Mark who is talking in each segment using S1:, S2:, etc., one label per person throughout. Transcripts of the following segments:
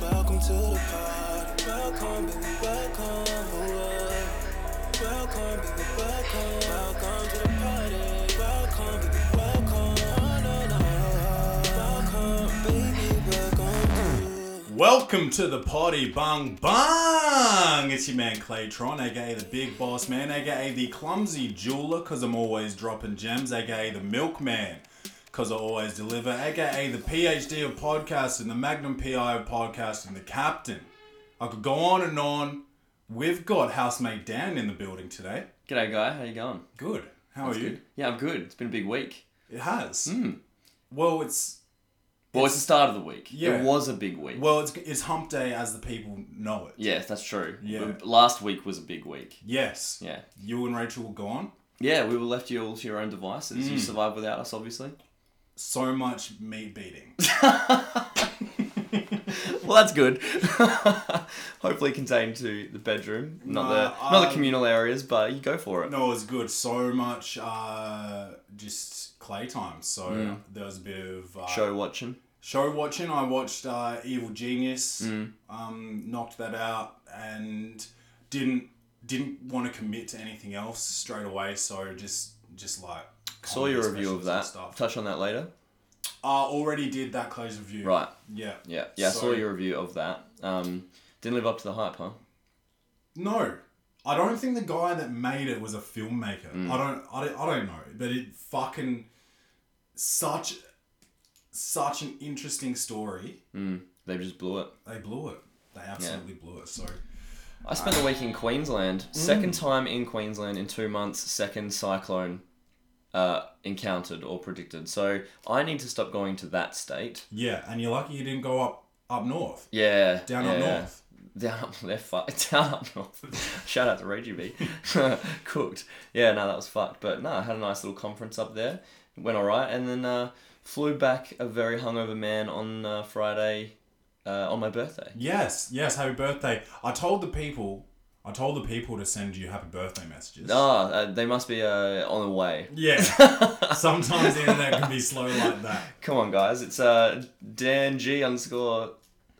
S1: Welcome to the party. Welcome, baby, welcome. Oh, Welcome, baby, welcome. Welcome to the party. Welcome, baby, welcome. Oh, no, no, no. Welcome, baby, welcome. to-
S2: Welcome to the party, bang bang! It's your man Claytron, aka the Big Boss Man, aka the Clumsy Jeweler, cause I'm always dropping gems, aka the Milkman, cause I always deliver, aka the PhD of podcasting, the Magnum PI of podcasting, the Captain. I could go on and on. We've got housemate Dan in the building today.
S3: G'day, guy. How you going?
S2: Good. How
S3: That's
S2: are you?
S3: Good. Hmm. Yeah, I'm good. It's been a big week.
S2: It has. Well, it's
S3: Well, it's the start of the week.
S2: Yeah.
S3: It was a big week.
S2: well, it's it's hump day as the people know it.
S3: yes, that's true.
S2: Yeah.
S3: But Last week was a big week.
S2: Yes.
S3: Yeah.
S2: You and Rachel were gone.
S3: Yeah, we were left you all to your own devices.
S2: Mm.
S3: You survived without us, obviously.
S2: so much meat beating.
S3: Well, that's good. Hopefully contained to the bedroom, not the
S2: Nah,
S3: not the
S2: um,
S3: communal areas, but you go for it.
S2: no, it was good. So much uh, just clay time. So there was a bit of uh,
S3: Show watching.
S2: show watching. I watched uh, Evil Genius.
S3: Mm.
S2: Um, knocked that out and didn't didn't want to commit to anything else straight away. So just just like
S3: Saw your
S2: comedy
S3: review of
S2: specials and
S3: that.
S2: Stuff.
S3: Touch on that later.
S2: I already did that close review.
S3: Right.
S2: Yeah.
S3: Yeah. Yeah. I saw
S2: So-
S3: your review of that. Um, didn't live up to the hype, huh?
S2: No, I don't think the guy that made it was a filmmaker.
S3: Mm.
S2: I don't, I don't, I don't know, but it fucking such such an interesting story.
S3: They just blew it.
S2: They blew it. They absolutely blew it. So
S3: I spent a week in Queensland.
S2: Mm.
S3: Second time in Queensland in two months. Second cyclone uh, encountered or predicted. So I need to stop going to that state.
S2: yeah, and you're lucky you didn't go up up north,
S3: Yeah.
S2: down
S3: yeah.
S2: up north.
S3: Down up, they're fucked. Down up north. Shout out to Reggie B. Cooked. Yeah, no, that was fucked. But no, I had a nice little conference up there. Went all right, and then uh, flew back a very hungover man on uh, Friday, uh, on my birthday.
S2: Yes, yes. Happy birthday! I told the people, I told the people to send you happy birthday messages.
S3: Ah, uh, they must be uh, on the way.
S2: Yeah, sometimes the internet can be slow like that.
S3: Come on, guys. It's uh, Dan G underscore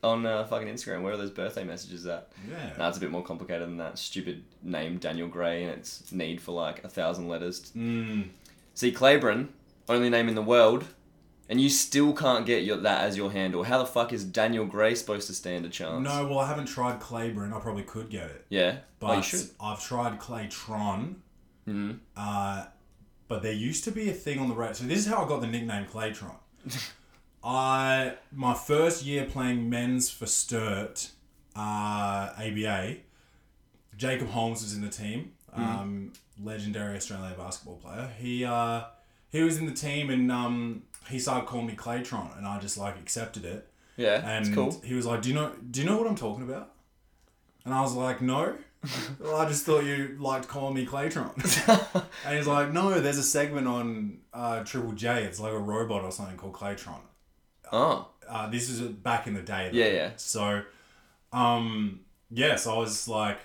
S3: on uh, fucking Instagram. Where are those birthday messages at?
S2: Yeah.
S3: Nah, it's a bit more complicated than that. Stupid name, Daniel Gray, and its need for like a thousand letters.
S2: Mm.
S3: See, Claiborne, only name in the world, and you still can't get your, that as your handle. How the fuck is Daniel Gray supposed to stand a chance?
S2: No, well, I haven't tried Claiborne. I probably could get it.
S3: Yeah.
S2: but
S3: oh, you should. Mm-hmm.
S2: I've tried Claytron. Uh, but there used to be a thing on the radio. So this is how I got the nickname Claytron. I my first year playing men's for Sturt uh, ABA. Jacob Holmes was in the team.
S3: Mm-hmm.
S2: Um, legendary Australian basketball player. He uh, he was in the team and um, he started calling me Claytron, and I just like accepted it.
S3: Yeah.
S2: And
S3: That's cool.
S2: he was like, "Do you know? Do you know what I'm talking about?" And I was like, "No." well, I just thought you liked calling me Claytron. and he's like, "No, there's a segment on uh, Triple J. It's like a robot or something called Claytron."
S3: Oh,
S2: Uh, this is back in the day.
S3: Yeah, yeah.
S2: So, um, yeah. So I was like,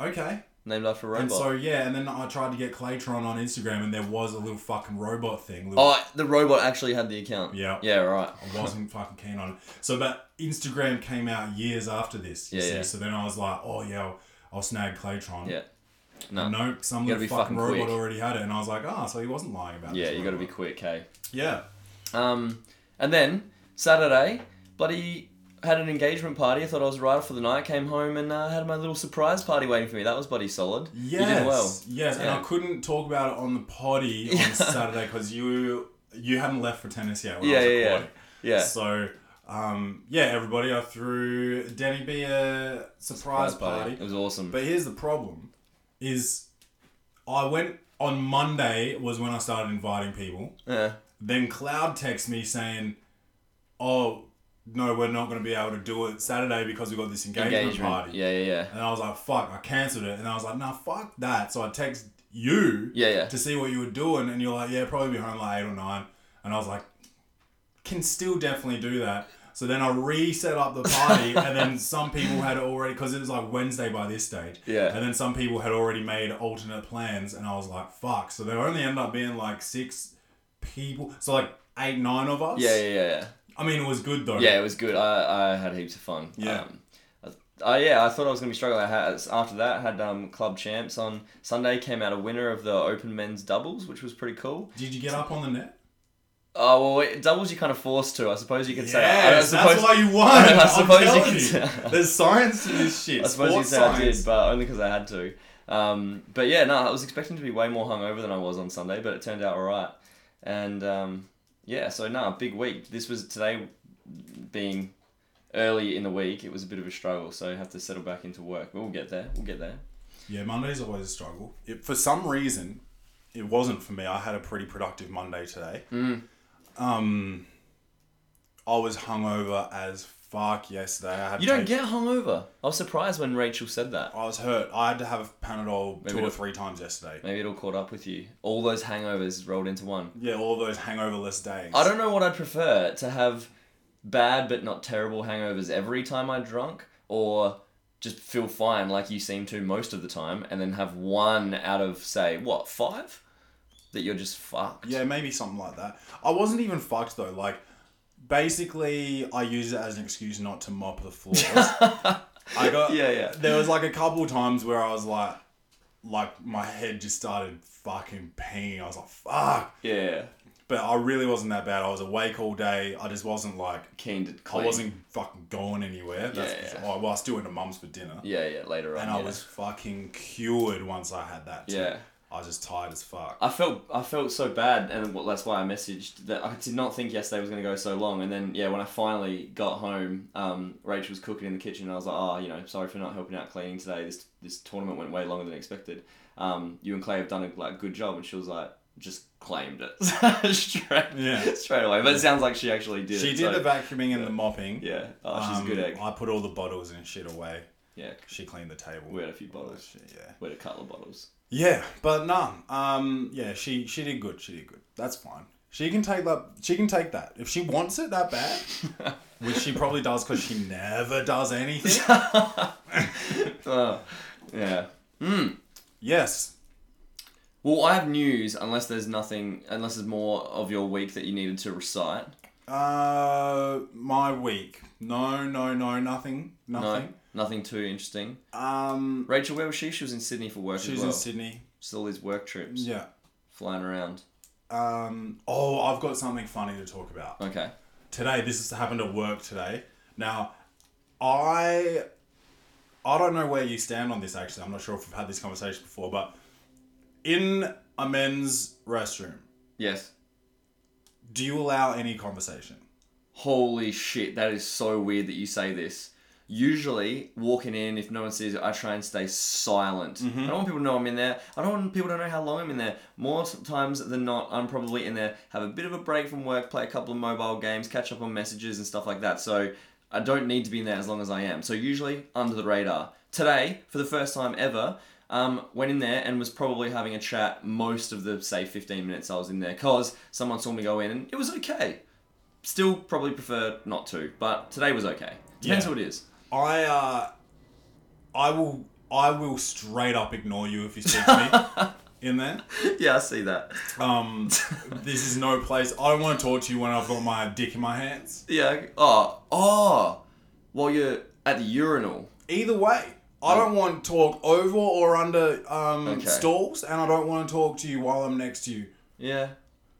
S2: okay.
S3: named after a robot.
S2: And so yeah, and then I tried to get Claytron on Instagram, and there was a little fucking robot thing. Little
S3: oh, the robot actually had the account.
S2: Yeah. Oh
S3: Yeah. Right.
S2: I wasn't fucking keen on it. So, but Instagram came out years after this. You
S3: Yeah,
S2: see?
S3: yeah.
S2: So then I was like, oh yeah, I'll, I'll snag Claytron.
S3: Yeah. No.
S2: Nope, some
S3: You gotta
S2: little
S3: be
S2: fucking,
S3: fucking
S2: robot
S3: quick.
S2: already had it, and I was like, ah, so he wasn't lying about.
S3: Yeah.
S2: this
S3: You got to be
S2: robot.
S3: quick, hey.
S2: Yeah.
S3: Um, and then Saturday, bloody had an engagement party. I thought I was right for the night. Came home and uh, had my little surprise party waiting for me. That was bloody solid.
S2: Yes.
S3: You did well.
S2: Yes, and
S3: Yeah.
S2: I couldn't talk about it on the potty on Saturday because you you hadn't left for tennis yet. When I
S3: Yeah,
S2: was
S3: yeah, yeah.
S2: recording.
S3: Yeah.
S2: So. Um, yeah, everybody, I threw Danny B a surprise, party.
S3: It was awesome.
S2: But here's the problem: is I went on Monday was when I started inviting people.
S3: yeah.
S2: Then Cloud texts me saying, "Oh, no, we're not going to be able to do it Saturday because we got this engagement,
S3: Engagement.
S2: party."
S3: Yeah, yeah, yeah.
S2: And I was like, "Fuck!" I cancelled it, and I was like, "Nah, fuck that." So I text you
S3: Yeah, yeah.
S2: to see what you were doing, and you're like, "Yeah, probably be home like eight or 9. And I was like, "Can still definitely do that." So then I reset up the party, and then some people had already because it was like Wednesday by this stage.
S3: Yeah.
S2: And then some people had already made alternate plans, and I was like, "Fuck!" So there only ended up being like six people. So like eight, nine of us.
S3: Yeah, yeah, yeah, yeah.
S2: I mean, it was good though.
S3: Yeah, it was good. I, I had heaps of fun.
S2: Yeah.
S3: Um, I, I, yeah, I thought I was gonna be struggling. I had, after that, I had um, club champs on Sunday. Came out a winner of the open men's doubles, which was pretty cool.
S2: Did you get up on the net?
S3: Oh well, it, doubles you kind of forced to. I suppose you could say. I, I
S2: Yes,
S3: suppose,
S2: that's why you won.
S3: I
S2: I
S3: suppose you
S2: am
S3: could
S2: you
S3: say-
S2: There's science to this shit.
S3: I suppose you
S2: Sports
S3: say I
S2: science.
S3: did, but only because I had to. Um, but yeah, no, I was expecting to be way more hungover than I was on Sunday, but it turned out all right. And um, yeah, so no, big week. This was today being early in the week. It was a bit of a struggle, so I have to settle back into work. But we'll get there. We'll get there.
S2: Yeah, Monday's always a struggle. It, for some reason, it wasn't for me. I had a pretty productive Monday today.
S3: Mm.
S2: Um, I was hungover as fuck yesterday. I had
S3: You
S2: to
S3: don't
S2: take-
S3: get hungover. I was surprised when Rachel said that.
S2: I was hurt. I had to have Panadol
S3: Maybe
S2: two or
S3: it'll-
S2: three times yesterday.
S3: Maybe it all caught up with you. All those hangovers rolled into one.
S2: Yeah, all those hangoverless days.
S3: I don't know what I'd prefer to have bad but not terrible hangovers every time I drunk, or just feel fine like you seem to most of the time, and then have one out of say what five that you're just fucked.
S2: Yeah, maybe something like that. I wasn't even fucked though. Like, basically, I use it as an excuse not to mop the floors. I got
S3: Yeah, yeah.
S2: There was like a couple times where I was like, like my head just started fucking peeing. I was like, fuck.
S3: yeah.
S2: But I really wasn't that bad. I was awake all day. I just wasn't like.
S3: Keen to
S2: I
S3: clean.
S2: wasn't fucking going anywhere. That's
S3: Yeah,
S2: for
S3: yeah.
S2: sure. well, I still went to mum's for dinner,
S3: Yeah, yeah. Later on,
S2: and I
S3: yeah.
S2: was fucking cured once I had that. Too.
S3: Yeah.
S2: I was just tired as fuck.
S3: I felt I felt so bad, and well, that's why I messaged that I did not think yesterday was going to go so long. And then yeah, when I finally got home, um, Rachel was cooking in the kitchen, and I was like, oh, you know, sorry for not helping out cleaning today. This this tournament went way longer than expected. Um, you and Clay have done a like good job, and she was like, just claimed it straight
S2: Yeah.
S3: straight away. But it sounds like she actually did.
S2: she
S3: it,
S2: did
S3: so-
S2: the vacuuming and the mopping.
S3: Yeah, oh, she's a good
S2: Um,
S3: egg.
S2: I put all the bottles and shit away.
S3: Yeah,
S2: She cleaned the table.
S3: we had a few
S2: All that
S3: bottles.
S2: shit, yeah.
S3: We had a couple of bottles.
S2: Yeah, but nah. Um, yeah, she she did good. She did good. That's fine. She can take that. She can take that if she wants it that bad, which she probably does because she never does anything.
S3: Uh, yeah.
S2: yes.
S3: Well, I have news unless there's nothing, unless there's more of your week that you needed to recite.
S2: Uh, my week. No, no, no, nothing,
S3: No,
S2: nothing.
S3: nothing too interesting.
S2: Um,
S3: Rachel, where was she? She was in Sydney for work
S2: she
S3: as
S2: was
S3: well.
S2: in Sydney.
S3: Just all these work trips,
S2: Yeah.
S3: flying around.
S2: Um. Oh, I've got something funny to talk about.
S3: Okay.
S2: today this has happened at work today now i i don't know where you stand on this actually i'm not sure if we've had this conversation before but in a men's restroom
S3: Yes.
S2: do you allow any conversation
S3: Holy shit, that is so weird that you say this. Usually, walking in, if no one sees it, I try and stay silent. I don't want people to know I'm in there. I don't want people to know how long I'm in there. More t- times than not, I'm probably in there, have a bit of a break from work, play a couple of mobile games, catch up on messages and stuff like that. So, I don't need to be in there as long as I am. So, usually, under the radar. Today, for the first time ever, um, went in there and was probably having a chat most of the, say, 15 minutes I was in there because someone saw me go in and it was okay still probably prefer not to, but today was okay. Depends
S2: Yeah.
S3: who it is.
S2: i uh i will i will straight up ignore you if you speak to me in there
S3: yeah, I see that.
S2: um this is no place i don't want to talk to you when i've got my dick in my hands
S3: Yeah. Oh, oh. While you're at the urinal.
S2: either way I don't want to talk over or under um,
S3: Okay.
S2: stalls, and I don't want to talk to you while I'm next to you.
S3: Yeah.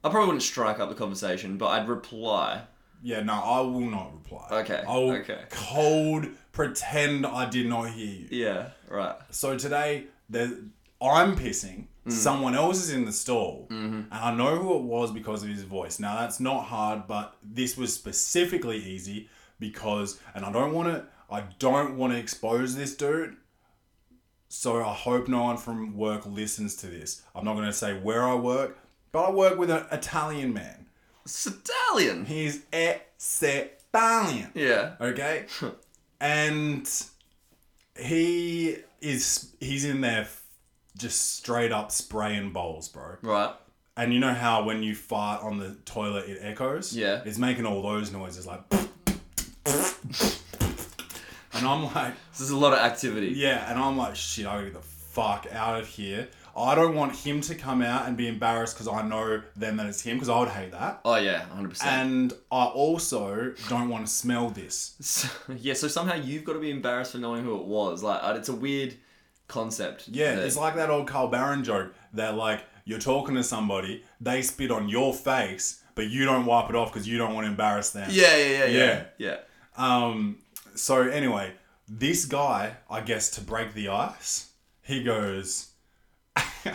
S3: I probably wouldn't strike up the conversation, but I'd reply.
S2: Yeah, no, I will not reply.
S3: Okay,
S2: I will
S3: okay.
S2: cold pretend I did not hear you.
S3: Yeah. Right.
S2: So today, there, I'm pissing. Someone else is in the stall, and I know who it was because of his voice. Now that's not hard, but this was specifically easy because, and I don't want to, I don't want to expose this dude. So I hope no one from work listens to this. I'm not going to say where I work, but I work with an Italian man.
S3: Stallion.
S2: He's Italian.
S3: Yeah.
S2: Okay. and he is he's in there f- just straight up spraying bowls, bro.
S3: Right.
S2: And you know how when you fart on the toilet it echoes?
S3: Yeah.
S2: It's making all those noises like And I'm like,
S3: So there's a lot of activity.
S2: yeah, and I'm like, shit, I gotta get the fuck out of here. I don't want him to come out and be embarrassed because I know then that it's him because I would hate that.
S3: Oh yeah, hundred percent.
S2: And I also don't want to smell this.
S3: So, yeah, so somehow you've got to be embarrassed for knowing who it was. Like, uh, it's a weird concept.
S2: Yeah,
S3: that-
S2: it's like that old Carl Barron joke that like you're talking to somebody, they spit on your face, but you don't wipe it off because you don't want to embarrass them.
S3: yeah, yeah, yeah, yeah,
S2: Yeah.
S3: yeah.
S2: Um, so anyway, this guy, I guess, to break the ice, he goes,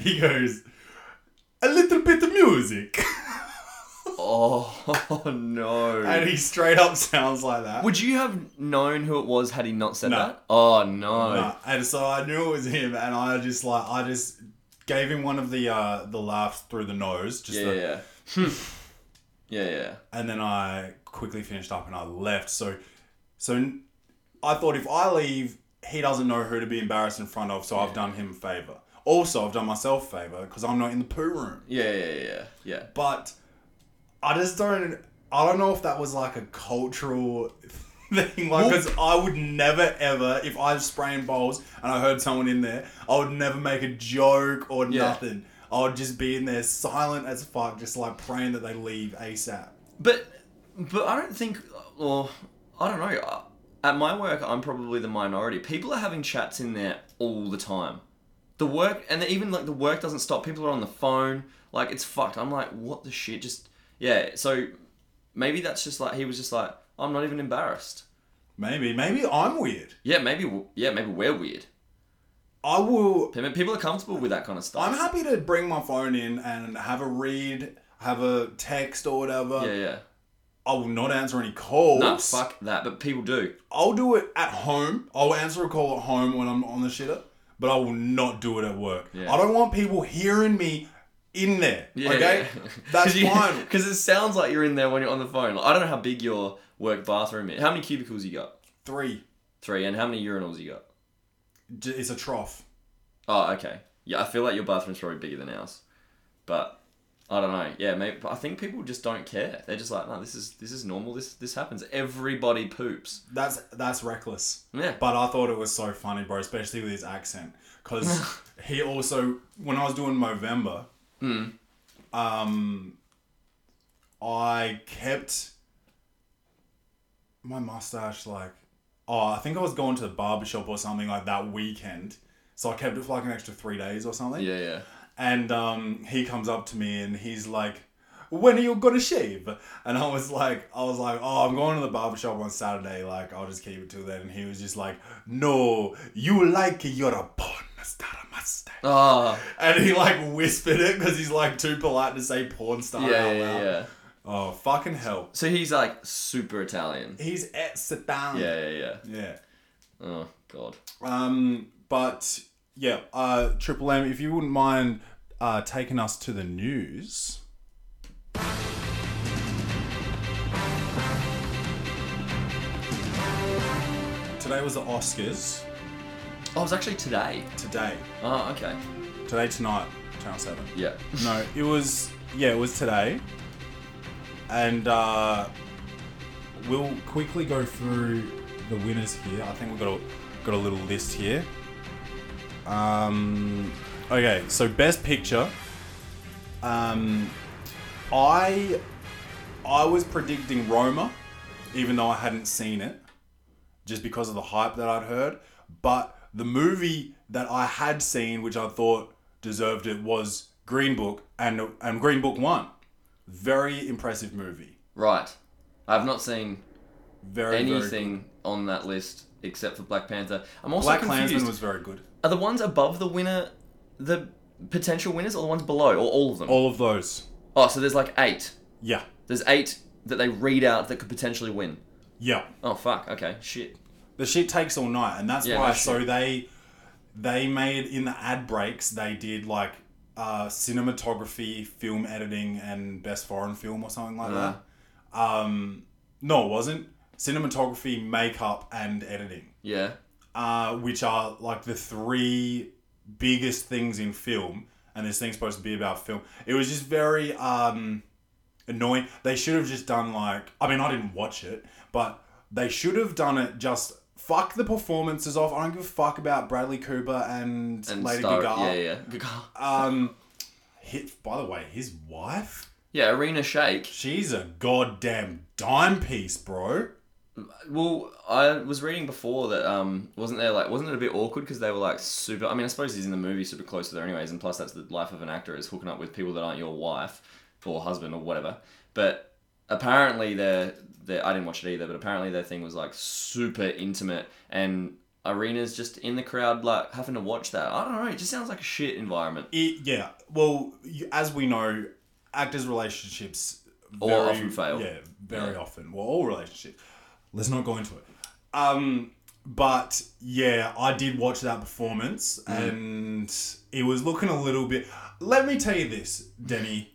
S2: he goes, a little bit of music,
S3: Oh no.
S2: and he straight up sounds like that.
S3: Would you have known who it was had he not said
S2: No.
S3: that? Oh no.
S2: Nah, and so I knew it was him, and I just like I just gave him one of the uh the laughs through the nose, just
S3: Yeah,
S2: the,
S3: yeah. Hmm. yeah, yeah.
S2: and then I quickly finished up and I left. So, so I thought if I leave, he doesn't know who to be embarrassed in front of. So I've done him a favor. Also, I've done myself a favor because I'm not in the poo room.
S3: Yeah, yeah, yeah, yeah. Yeah.
S2: But I just don't. I don't know if that was like a cultural thing. Like, because I would never ever, if I was spraying bowls and I heard someone in there, I would never make a joke or
S3: Yeah.
S2: nothing. I would just be in there silent as fuck, just like praying that they leave ASAP.
S3: But but I don't think or I don't know. I- At my work, I'm probably the minority. People are having chats in there all the time. The work and even like the work doesn't stop. People are on the phone. Like it's fucked. I'm like, what the shit? Just yeah. So maybe that's just like he was just like, I'm not even embarrassed.
S2: Maybe, maybe I'm weird.
S3: Yeah, maybe w- yeah, maybe we're weird.
S2: I will.
S3: Pe- People are comfortable with that kind of stuff.
S2: I'm happy to bring my phone in and have a read, have a text or whatever.
S3: Yeah, yeah.
S2: I will not answer any calls.
S3: No, fuck that. But people do.
S2: I'll do it at home. I'll answer a call at home when I'm on the shitter, but I will not do it at work.
S3: Yeah.
S2: I don't want people hearing me in there.
S3: Yeah,
S2: okay,
S3: yeah.
S2: that's
S3: Cause you,
S2: fine.
S3: Because it sounds like you're in there when you're on the phone. Like, I don't know how big your work bathroom is. How many cubicles you got?
S2: Three.
S3: Three. And how many urinals you got?
S2: J- It's a trough.
S3: Oh, okay. Yeah, I feel like your bathroom's probably bigger than ours, but I don't know. Yeah, maybe. But I think people just don't care. They're just like, no, this is this is normal. This this happens. Everybody poops.
S2: That's that's reckless.
S3: Yeah.
S2: But I thought it was so funny, bro, especially with his accent, because he also when I was doing Movember, um, I kept my mustache like, oh, I think I was going to the barbershop or something like that weekend, so I kept it for like an extra three days or something.
S3: Yeah, yeah.
S2: And um, he comes up to me and he's like, "When are you gonna shave?" And I was like, "I was like, oh, I'm going to the barbershop on Saturday. Like, I'll just keep it till then." And he was just like, "No, you like your porn star mustache."
S3: Oh,
S2: And he like whispered it because he's like too polite to say porn star
S3: yeah,
S2: out
S3: yeah,
S2: loud.
S3: yeah, yeah.
S2: Oh fucking hell!
S3: So he's like super Italian.
S2: He's at Satan.
S3: Yeah, yeah, yeah.
S2: Yeah.
S3: Oh god.
S2: Um. But yeah. Uh. Triple M, if you wouldn't mind, uh, taking us to the news. Today was the Oscars.
S3: Oh, it was actually today.
S2: Today.
S3: Oh, okay.
S2: Today tonight. Channel Seven.
S3: Yeah.
S2: No, it was yeah, it was today. And uh, we'll quickly go through the winners here. I think we've got a got a little list here. Um, okay, so best picture. Um, I I was predicting Roma, even though I hadn't seen it, just because of the hype that I'd heard. But the movie that I had seen, which I thought deserved it, was Green Book, and and Green Book won. Very impressive movie.
S3: Right. I've not seen
S2: Very very good.
S3: anything on that list except for Black Panther. I'm also
S2: Black
S3: confused.
S2: Klansman was very good.
S3: Are the ones above the winner the potential winners or the ones below or all of them?
S2: All of those.
S3: Oh, so there's like 8.
S2: Yeah,
S3: There's 8 that they read out that could potentially win.
S2: yeah.
S3: Oh fuck. Okay. Shit.
S2: The shit takes all night, and that's
S3: Yeah,
S2: why.
S3: no
S2: so
S3: shit.
S2: they they made in the ad breaks they did like uh, cinematography, film editing, and best foreign film or something like
S3: Yeah.
S2: that. Um, no, it wasn't cinematography, makeup, and editing,
S3: Yeah.
S2: uh, which are like the three biggest things in film. And this thing's supposed to be about film. It was just very um, annoying. They should have just done like I mean I didn't watch it, but they should have done it just fuck the performances off. I don't give a fuck about Bradley Cooper and,
S3: and
S2: Lady
S3: Star-
S2: Gaga.
S3: Yeah, yeah, Gaga.
S2: Um, hit, by the way, his wife,
S3: Yeah, Arena Shake.
S2: she's a goddamn dime piece, bro.
S3: Well, I was reading before that um wasn't there like wasn't it a bit awkward because they were like super. I mean, I suppose he's in the movie super close to there anyways, and plus that's the life of an actor is hooking up with people that aren't your wife or husband or whatever. But apparently their their I didn't watch it either, but apparently their thing was like super intimate and. Arena's just in the crowd, like having to watch that. I don't know. It just sounds like a shit environment.
S2: It, yeah. Well, you, as we know, actors' relationships
S3: All often fail.
S2: Yeah, very often. Well, all relationships. Let's not go into it. Um, but yeah, I did watch that performance,
S3: Mm-hmm.
S2: and it was looking a little bit. Let me tell you this, Denny.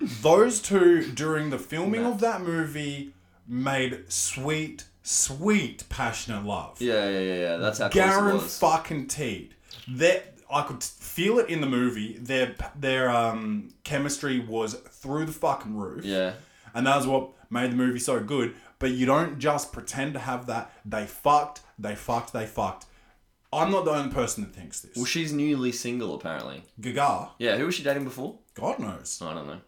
S2: Those two during the filming of that movie made sweet, sweet, passionate love.
S3: Yeah, yeah, yeah. yeah. That's how
S2: Garen
S3: close it was.
S2: fucking teed. That I could feel it in the movie. Their their um chemistry was through the fucking roof.
S3: yeah.
S2: And that was what made the movie so good. But you don't just pretend to have that. They fucked, they fucked, they fucked. I'm not the only person that thinks this.
S3: Well, she's newly single apparently.
S2: Gaga,
S3: Yeah, who was she dating before?
S2: God knows.
S3: I don't know.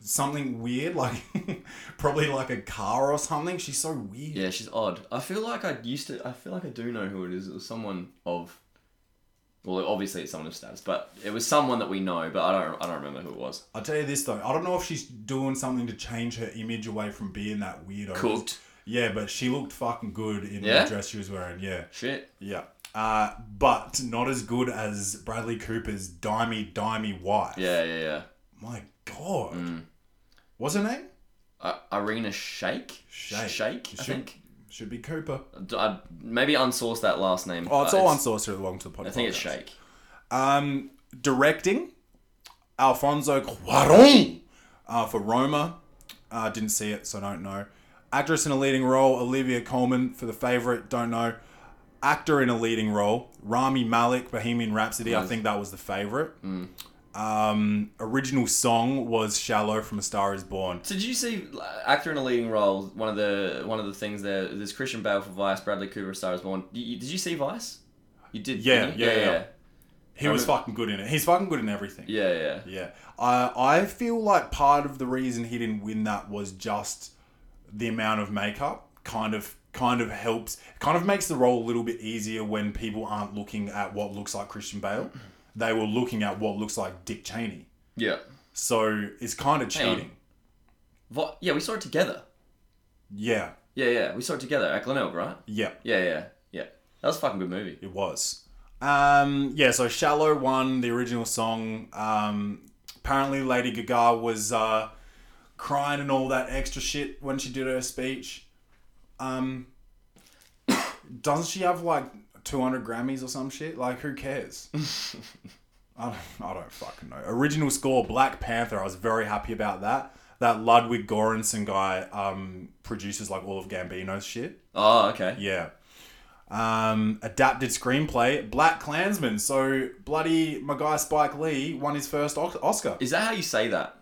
S2: Something weird, like probably like a car or something. She's so weird.
S3: Yeah, she's odd. I feel like I used to. I feel like I do know who it is. It was someone of. Well, obviously it's someone of status, but it was someone that we know. But I don't. I don't remember who it was.
S2: I'll tell you this though, I don't know if she's doing something to change her image away from being that weirdo.
S3: Cooked.
S2: Yeah, but she looked fucking good in
S3: Yeah?
S2: the dress she was wearing. Yeah,
S3: Shit.
S2: yeah. Uh, but not as good as Bradley Cooper's dimey dimey wife.
S3: Yeah, Mm. yeah, yeah.
S2: My God. What's her name?
S3: Uh, Irina Shake.
S2: Shayk.
S3: Shake. I
S2: Shayk.
S3: think.
S2: Should be Cooper.
S3: D- I, maybe unsource that last name.
S2: Oh, it's
S3: but
S2: all on Sorcerer along to the podcast.
S3: I think it's Shake.
S2: Um, directing Alfonso Cuarón uh, for Roma. Uh, didn't see it, so don't know. Actress in a leading role Olivia Colman for The Favorite. Don't know. Actor in a leading role Rami Malek, Bohemian Rhapsody. I think that was The Favorite. Um, original song was "Shallow" from A Star Is Born.
S3: So did you see uh, actor in a leading role? One of the one of the things there. There's Christian Bale for Vice, Bradley Cooper, Star is Born. You, you- did you see Vice? You did.
S2: Yeah,
S3: didn't you?
S2: yeah, yeah.
S3: yeah,
S2: He was fucking good in it. He's fucking good in everything.
S3: yeah, yeah.
S2: Yeah, I I feel like part of the reason he didn't win that was just the amount of makeup. Kind of kind of helps. Kind of makes the role a little bit easier when people aren't looking at what looks like Christian Bale. They were looking at what looks like Dick Cheney.
S3: yeah.
S2: So it's kind of
S3: Hang on.
S2: cheating.
S3: Vi- yeah, we saw it together.
S2: Yeah,
S3: Yeah, yeah, we saw it together at Glenelg, right?
S2: yeah,
S3: Yeah, yeah, yeah. That was a fucking good movie.
S2: it was. Um, yeah, so Shallow won the original song. Um, apparently, Lady Gaga was uh, crying and all that extra shit when she did her speech. Um, doesn't she have like 200 Grammys or some shit? Like, who cares? I don't, I don't fucking know. Original score, Black Panther. I was very happy about that. That Ludwig Göransson guy um, produces like all of Gambino's shit.
S3: Oh, okay.
S2: Yeah. Um, adapted screenplay, Black Klansman. So bloody my guy Spike Lee won his first Oc- Oscar.
S3: Is that how you say that?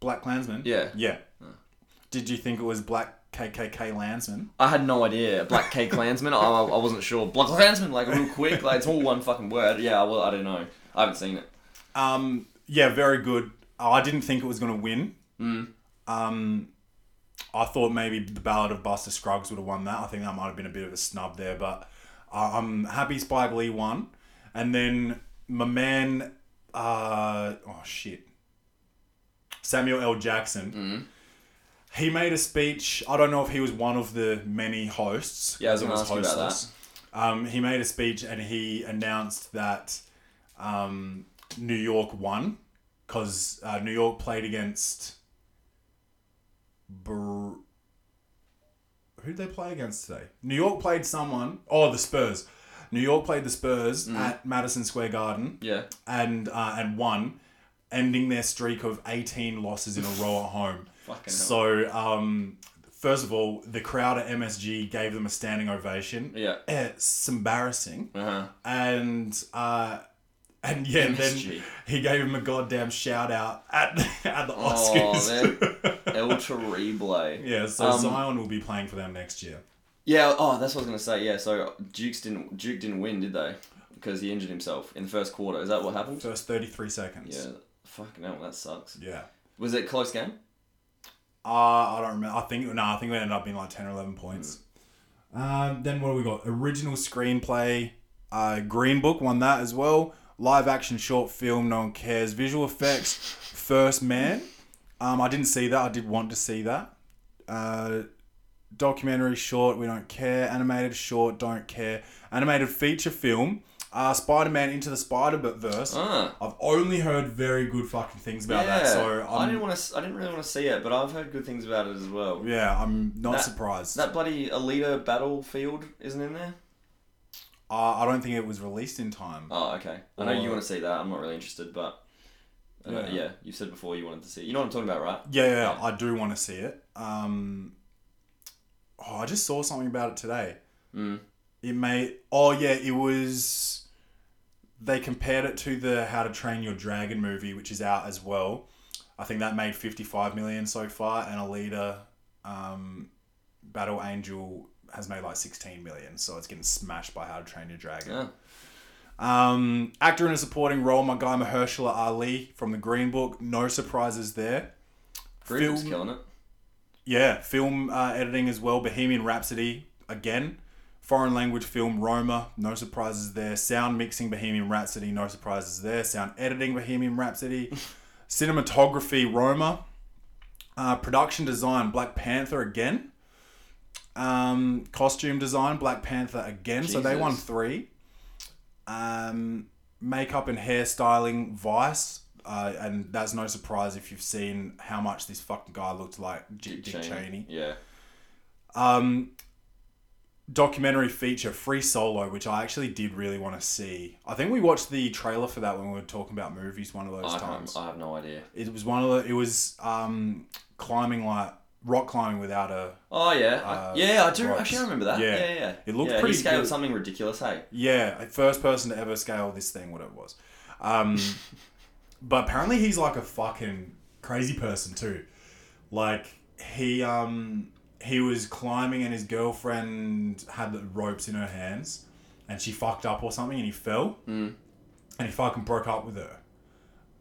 S2: Black Klansman.
S3: Yeah.
S2: Yeah. Did you think it was Black KKK Landsman?
S3: I had no idea. Black K Klansman. I, I wasn't sure. Black Klansman, like real quick, like it's all one fucking word. Yeah, well, I don't know. I haven't seen it.
S2: Um, yeah, very good. I didn't think it was going to win. Um, I thought maybe the Ballad of Buster Scruggs would have won that. I think that might have been a bit of a snub there, but I- I'm happy Spike Lee won. And then my man, uh, oh shit, Samuel L. Jackson.
S3: Mm-hmm.
S2: He made a speech. I don't know if he was one of the many hosts.
S3: Yeah, I was gonna
S2: It
S3: ask you about that.
S2: hostless. Um, he made a speech and he announced that um, New York won because uh, New York played against. Br- Who did they play against today? New York played someone. Oh, the Spurs. New York played the Spurs
S3: Mm.
S2: at Madison Square Garden
S3: Yeah.
S2: and uh, and won, ending their streak of eighteen losses in a row at home.
S3: Fucking hell.
S2: so, um, first of all, the crowd at MSG gave them a standing ovation.
S3: Yeah.
S2: Eh, It's embarrassing,
S3: Uh huh.
S2: and uh, and yeah,
S3: MSG.
S2: then he gave him a goddamn shout out at at the
S3: Oh,
S2: Oscars.
S3: El Terrible.
S2: yeah, so
S3: Um,
S2: Zion will be playing for them next year.
S3: Yeah. Oh, that's what I was gonna say. Yeah. So Duke's didn't Duke didn't win, did they? Because he injured himself in the first quarter. Is that what happened?
S2: First 33 seconds.
S3: Yeah. Fuck no, that sucks.
S2: Yeah.
S3: Was it a close game?
S2: Uh, I don't remember. I think no. I think we ended up being like ten or eleven points. Um, then what do we got? Original screenplay. Uh, Green Book won that as well. Live action short film. No one cares. Visual effects. First Man. Um, I didn't see that. I did want to see that. Uh, documentary short. We don't care. Animated short. Don't care. Animated feature film. Uh, Spider Man into the Spider Verse.
S3: Ah.
S2: I've only heard very good fucking things about that. So I'm,
S3: I didn't want to. I didn't really want to see it, but I've heard good things about it as well.
S2: Yeah, I'm not
S3: That-
S2: surprised.
S3: That bloody Alita Battlefield isn't in there.
S2: Uh, I don't think it was released in time.
S3: Oh, okay. I know
S2: Or-
S3: you want to see that. I'm not really interested, but uh,
S2: Yeah.
S3: yeah. you said before you wanted to see. it. You know what I'm talking about, right?
S2: yeah, yeah, yeah, I do want to see it. Um, oh, I just saw something about it today.
S3: Mm.
S2: It may. Oh yeah, it was. They compared it to the How to Train Your Dragon movie, which is out as well. I think that made fifty-five million so far, and Alita, um, Battle Angel has made like sixteen million, so it's getting smashed by How to Train Your Dragon.
S3: Yeah.
S2: Um, actor in a supporting role, my guy Mahershala Ali from the Green Book. No surprises there.
S3: Green Book's
S2: Film-
S3: killing it.
S2: Yeah, film uh, editing as well. Bohemian Rhapsody again. Foreign language film Roma. No surprises there. Sound mixing Bohemian Rhapsody. No surprises there. Sound editing Bohemian Rhapsody. Cinematography Roma. Uh, production design Black Panther again. Um, costume design Black Panther again. So they won
S3: Jesus.
S2: three. Um, makeup and hairstyling Vice. Uh, and that's no surprise if you've seen how much this fucking guy looked like Dick, Dick Cheney.
S3: Yeah.
S2: Um, documentary feature Free Solo, which I actually did really want to see. I think we watched the trailer for that when we were talking about movies one of those
S3: I, can't,
S2: times.
S3: I have no idea.
S2: It was one of the. It was um, climbing like rock climbing without a.
S3: Oh yeah,
S2: Uh,
S3: I, yeah, I do.
S2: rocks.
S3: Actually, I remember that.
S2: Yeah.
S3: Yeah, yeah. yeah.
S2: It looked
S3: yeah,
S2: pretty
S3: He scaled
S2: good.
S3: something ridiculous. Hey,
S2: Yeah, like, first person to ever scale this thing, whatever it was. Um, but apparently he's like a fucking crazy person too. Like he um he was climbing and his girlfriend had the ropes in her hands and she fucked up or something and he fell
S3: Mm.
S2: and he fucking broke up with her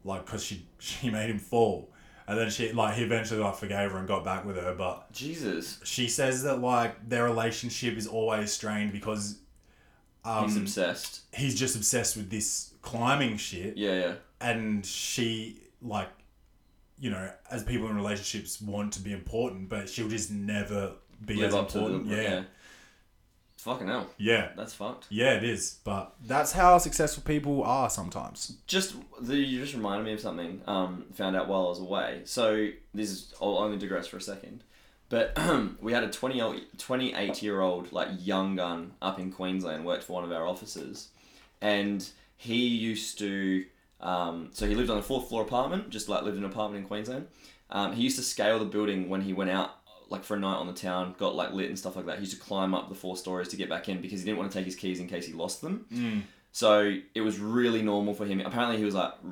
S2: like because she she made him fall and then she like he eventually like forgave her and got back with her but
S3: Jesus,
S2: she says that like their relationship is always strained because um,
S3: he's obsessed.
S2: he's just obsessed with this climbing shit
S3: Yeah, yeah.
S2: and she like you know as people in relationships want to be important but she'll just never be as
S3: Live up to
S2: important
S3: the
S2: yeah. yeah
S3: Fucking hell,
S2: yeah
S3: that's fucked.
S2: it is but that's how successful people are sometimes
S3: Just the, you just reminded me of something. Um, found out while I was away. So this is I'll only digress for a second, but we had a 20 old, 28 year old like young gun up in Queensland worked for one of our offices, and he used to. Um, so he lived on a fourth floor apartment, just like lived in an apartment in Queensland. Um, he used to scale the building when he went out, like for a night on the town, got like lit and stuff like that. He used to climb up the four stories to get back in because he didn't want to take his keys in case he lost them. So it was really normal for him. Apparently, he was like r-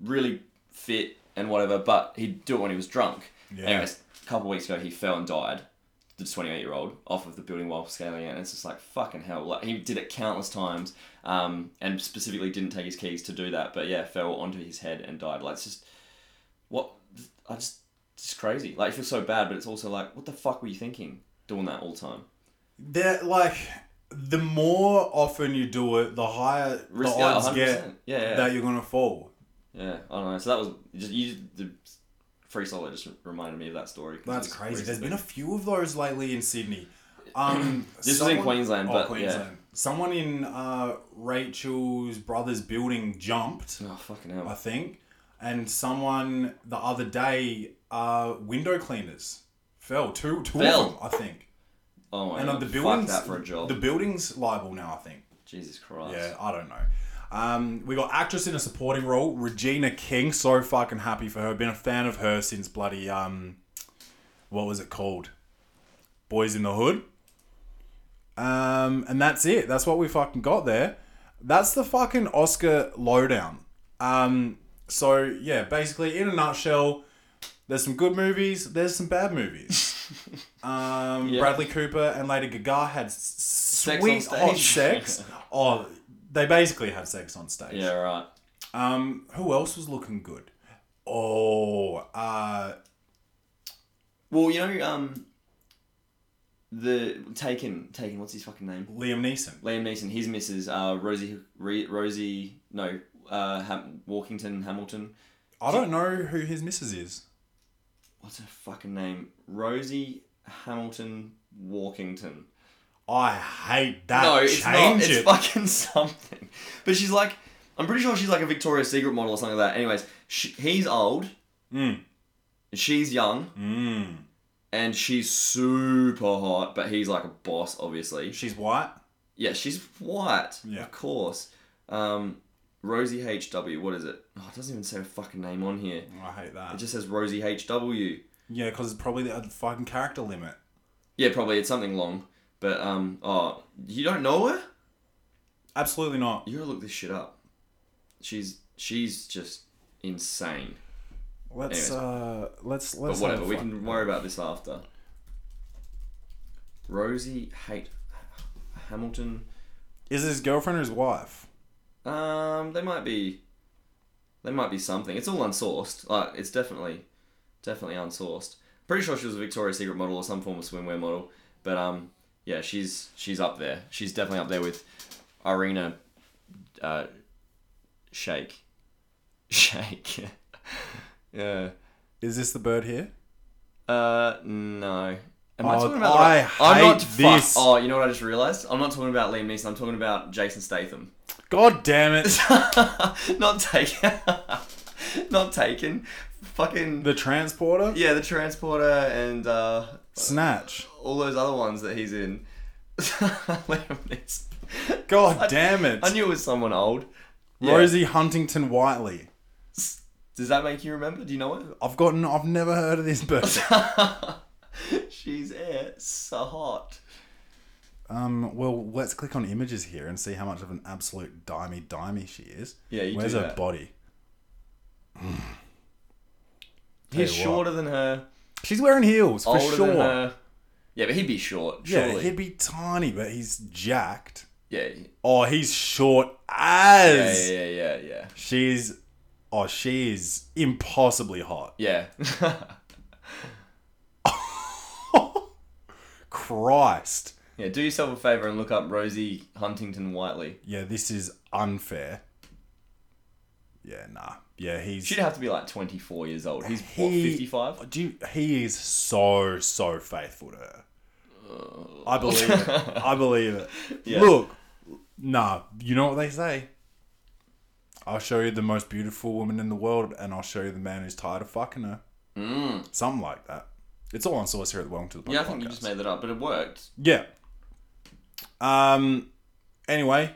S3: really fit and whatever, but he'd do it when he was drunk.
S2: Yeah.
S3: Anyways, a couple of weeks ago, he fell and died. The 28 year old off of the building while scaling it, and it's just like fucking hell. Like he did it countless times, um, and specifically didn't take his keys to do that. But yeah, fell onto his head and died. Like it's just what I just it's crazy. Like I feel so bad, but it's also like what the fuck were you thinking doing that all the time?
S2: they're like the more often you do it the higher
S3: Risk-
S2: the
S3: yeah,
S2: odds get
S3: 100%. Yeah, yeah.
S2: that you're gonna fall
S3: Yeah, I don't know. So that was just you. The free solo just reminded me of that story. 'cause
S2: That's
S3: it's
S2: crazy. There's
S3: recently.
S2: been a few of those lately in Sydney. Um, Oh,
S3: This was in Queensland, but yeah.
S2: Someone in uh, Rachel's brother's building jumped,
S3: oh fucking
S2: I
S3: hell.
S2: think, and someone the other day, uh, window cleaners fell. Two, two
S3: Fell.
S2: of them, I think.
S3: Oh my
S2: And
S3: god.
S2: uh, the
S3: Fuck
S2: buildings,
S3: that for a job.
S2: the building's liable now. I think.
S3: Jesus Christ.
S2: Yeah, I don't know. Um, we got actress in a supporting role, Regina King. So fucking happy for her. Been a fan of her since bloody um, what was it called? Boys in the Hood. Um, and that's it. That's what we fucking got there. That's the fucking Oscar lowdown. Um, so yeah, basically in a nutshell, There's some good movies. There's some bad movies. Um,
S3: Yeah.
S2: Bradley Cooper and Lady Gaga had s-
S3: on
S2: sweet hot
S3: stage.
S2: sex. oh, they basically have sex on stage.
S3: Yeah, right.
S2: Um, who else was looking good? Oh, uh,
S3: Well, you know, um, the Taken, Taken, what's his fucking name?
S2: Liam Neeson.
S3: Liam Neeson, his missus, uh, Rosie, Re, Rosie, no, uh, Ham, Walkington, Hamilton.
S2: I don't know who his missus is.
S3: What's her fucking name? Rosie Hamilton Walkington.
S2: I hate that.
S3: no,
S2: Change
S3: it's not. It's
S2: it.
S3: fucking something. But she's like, I'm pretty sure she's like a Victoria's Secret model or something like that. Anyways, she, he's old,
S2: mm.
S3: she's young,
S2: Mm.
S3: and she's super hot, but he's like a boss, obviously.
S2: She's white.
S3: Yeah, she's white.
S2: Yeah.
S3: Of course. Um, Rosie HW, what is it? Oh, it doesn't even say her fucking name on here.
S2: I hate
S3: It
S2: that.
S3: just says Rosie HW.
S2: Yeah, because it's probably the uh, fucking character limit.
S3: Yeah, probably it's something long. But um oh you don't know her?
S2: Absolutely not.
S3: You gotta look this shit up. She's she's just insane.
S2: Let's
S3: Anyways.
S2: uh, let's
S3: But
S2: let's. have
S3: whatever,
S2: a
S3: we
S2: fuck.
S3: can worry about this after. Rosie Hate Hamilton.
S2: Is it his girlfriend or his wife?
S3: Um, they might be. They might be something. It's all unsourced. Like it's definitely, definitely unsourced. Pretty sure she was a Victoria's Secret model or some form of swimwear model. But um, yeah, she's she's up there. She's definitely up there with Irina. Uh, shake, shake. yeah.
S2: Is this the bird here?
S3: Uh, no. Am
S2: Oh,
S3: the
S2: I
S3: right- I'm
S2: hate
S3: not fuck-
S2: this.
S3: Oh, you know what I just realized? I'm not talking about Liam Neeson. I'm talking about Jason Statham.
S2: God damn it!
S3: not taken. not taken. Fucking
S2: the transporter.
S3: yeah, the transporter and uh,
S2: Snatch.
S3: all those other ones that he's in. Liam Neeson.
S2: God
S3: I-
S2: damn it!
S3: I knew it was someone old. Yeah.
S2: Rosie Huntington Whiteley.
S3: Does that make you remember? Do you know it?
S2: I've gotten. I've never heard of this bird.
S3: She's eh, so hot.
S2: um. Well, let's click on images here and see how much of an absolute dimey dimey she is.
S3: Yeah, you
S2: Where's
S3: do
S2: her
S3: that.
S2: body?
S3: He's
S2: Tell you what.
S3: shorter than her.
S2: She's wearing heels for
S3: Older
S2: sure.
S3: than her. Yeah, but he'd be short. Surely.
S2: Yeah, he'd be tiny, but he's jacked.
S3: yeah,
S2: Oh, he's short
S3: yeah,
S2: as.
S3: yeah, yeah, yeah,
S2: She's. Oh, she is impossibly hot.
S3: yeah. Yeah.
S2: Christ.
S3: yeah. Do yourself a favor and look up Rosie Huntington Whiteley.
S2: Yeah, this is unfair. Yeah, nah. Yeah, he's.
S3: She'd have to be like 24 years old. He's what,
S2: He-
S3: 55?
S2: Do you, he is so so faithful to her. I believe it. I believe it.
S3: Oh. Yeah.
S2: Look, nah. You know what they say. I'll show you the most beautiful woman in the world, and I'll show you the man who's tired of fucking her. Mm. Something like that. It's all on source here at the Welcome to the Punk
S3: Yeah, I think you
S2: Podcast.
S3: just made that up, but it worked.
S2: Yeah. Um. Anyway,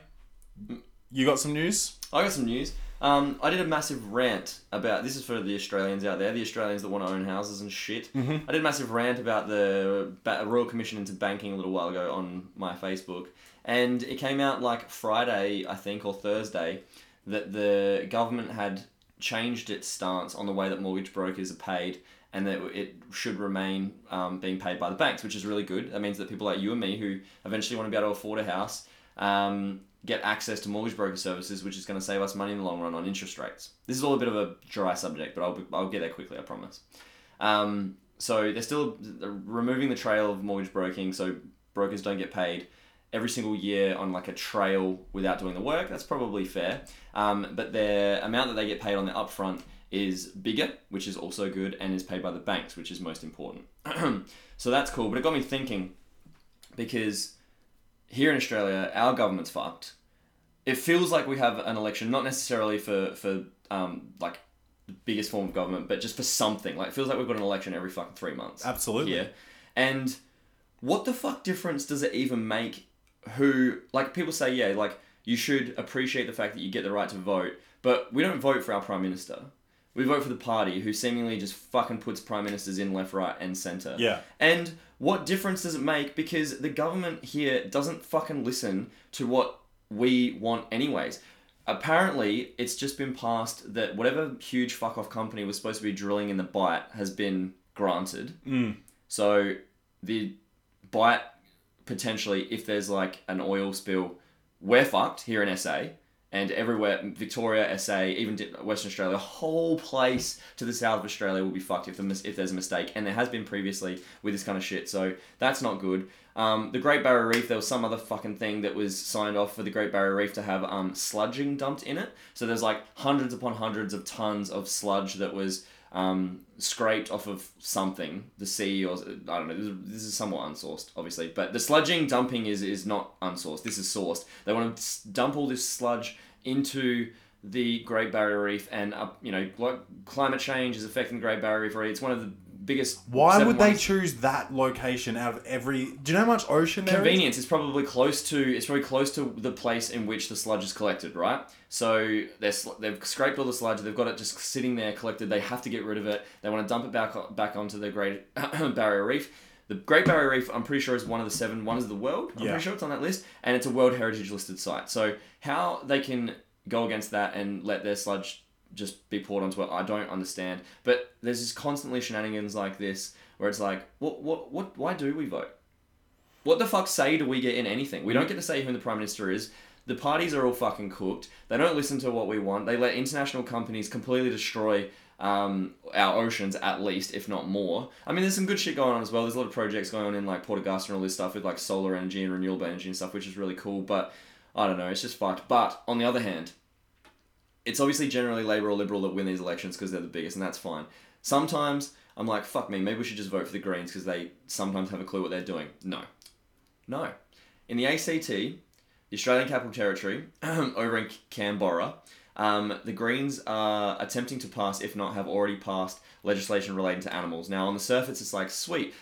S2: you got some news?
S3: I got some news. Um, I did a massive rant about this is for the Australians out there, the Australians that want to own houses and shit. I did a massive rant about the ba- Royal Commission into banking a little while ago on my Facebook, and it came out like Friday, I think, or Thursday, that the government had changed its stance on the way that mortgage brokers are paid. And that it should remain um, being paid by the banks, which is really good. That means that people like you and me, who eventually want to be able to afford a house, um, get access to mortgage broker services, which is going to save us money in the long run on interest rates. This is all a bit of a dry subject, but I'll, be, I'll get there quickly, I promise. Um, so they're still they're removing the trail of mortgage broking, so brokers don't get paid every single year on like a trail without doing the work. That's probably fair, um, but their amount that they get paid on the upfront is bigger, which is also good, and is paid by the banks, which is most important. so that's cool, but it got me thinking because here in Australia, our government's fucked. It feels like we have an election, not necessarily for for um, like the biggest form of government, but just for something. Like, it feels like we've got an election every fucking three months.
S2: Absolutely.
S3: Yeah. And what the fuck difference does it even make who like people say yeah like you should appreciate the fact that you get the right to vote but we don't vote for our prime minister we vote for the party who seemingly just fucking puts prime ministers in left right and center
S2: Yeah.
S3: and what difference does it make because the government here doesn't fucking listen to what we want anyways apparently it's just been passed that whatever huge fuck off company was supposed to be drilling in the bite has been granted. So the bite potentially, if there's like an oil spill, we're fucked here in SA and everywhere Victoria, SA, even di- Western Australia, the whole place to the south of Australia will be fucked if, the mis- if there's a mistake, and there has been previously with this kind of shit. So that's not good. Um, the Great Barrier Reef, there was some other fucking thing that was signed off for the Great Barrier Reef to have um, sludging dumped in it. So there's like hundreds upon hundreds of tons of sludge that was um, scraped off of something, the sea or I don't know. This is, this is somewhat unsourced, obviously, but the sludging dumping is is not unsourced. This is sourced. They want to s- dump all this sludge into the Great Barrier Reef, and uh, you know, like climate change is affecting the Great Barrier Reef. already. It's one of the biggest.
S2: Why
S3: seven
S2: would they
S3: wonders-
S2: choose that location out of every? Do you know how much ocean there is?
S3: Convenience is probably close to it's probably close to the place in which the sludge is collected, right? So they're, sl- they've scraped all the sludge, they've got it just sitting there collected. They have to get rid of it. They want to dump it back o- back onto the Great Barrier Reef. The Great Barrier Reef, I'm pretty sure, is one of the seven wonders of the world. I'm
S2: Yeah.
S3: pretty sure it's on that list, and it's a World Heritage listed site. So how they can go against that and let their sludge just be poured onto it, I don't understand. But there's just constantly shenanigans like this where it's like, what, what, what? Why do we vote? What the fuck say do we get in anything? We don't get to say who the prime minister is. The parties are all fucking cooked. They don't listen to what we want. They let international companies completely destroy um, our oceans, at least if not more. I mean, there's some good shit going on as well. There's a lot of projects going on in like Port Augusta and all this stuff with like solar energy and renewable energy and stuff, which is really cool. But I don't know, it's just fucked. But on the other hand, it's obviously generally Labour or Liberal that win these elections because they're the biggest, and that's fine. Sometimes I'm like, fuck me, maybe we should just vote for the Greens because they sometimes have a clue what they're doing. No. No. In the ACT, the Australian Capital Territory, over in Canberra, um, the Greens are attempting to pass, if not have already passed, legislation relating to animals. Now, on the surface, it's like, sweet.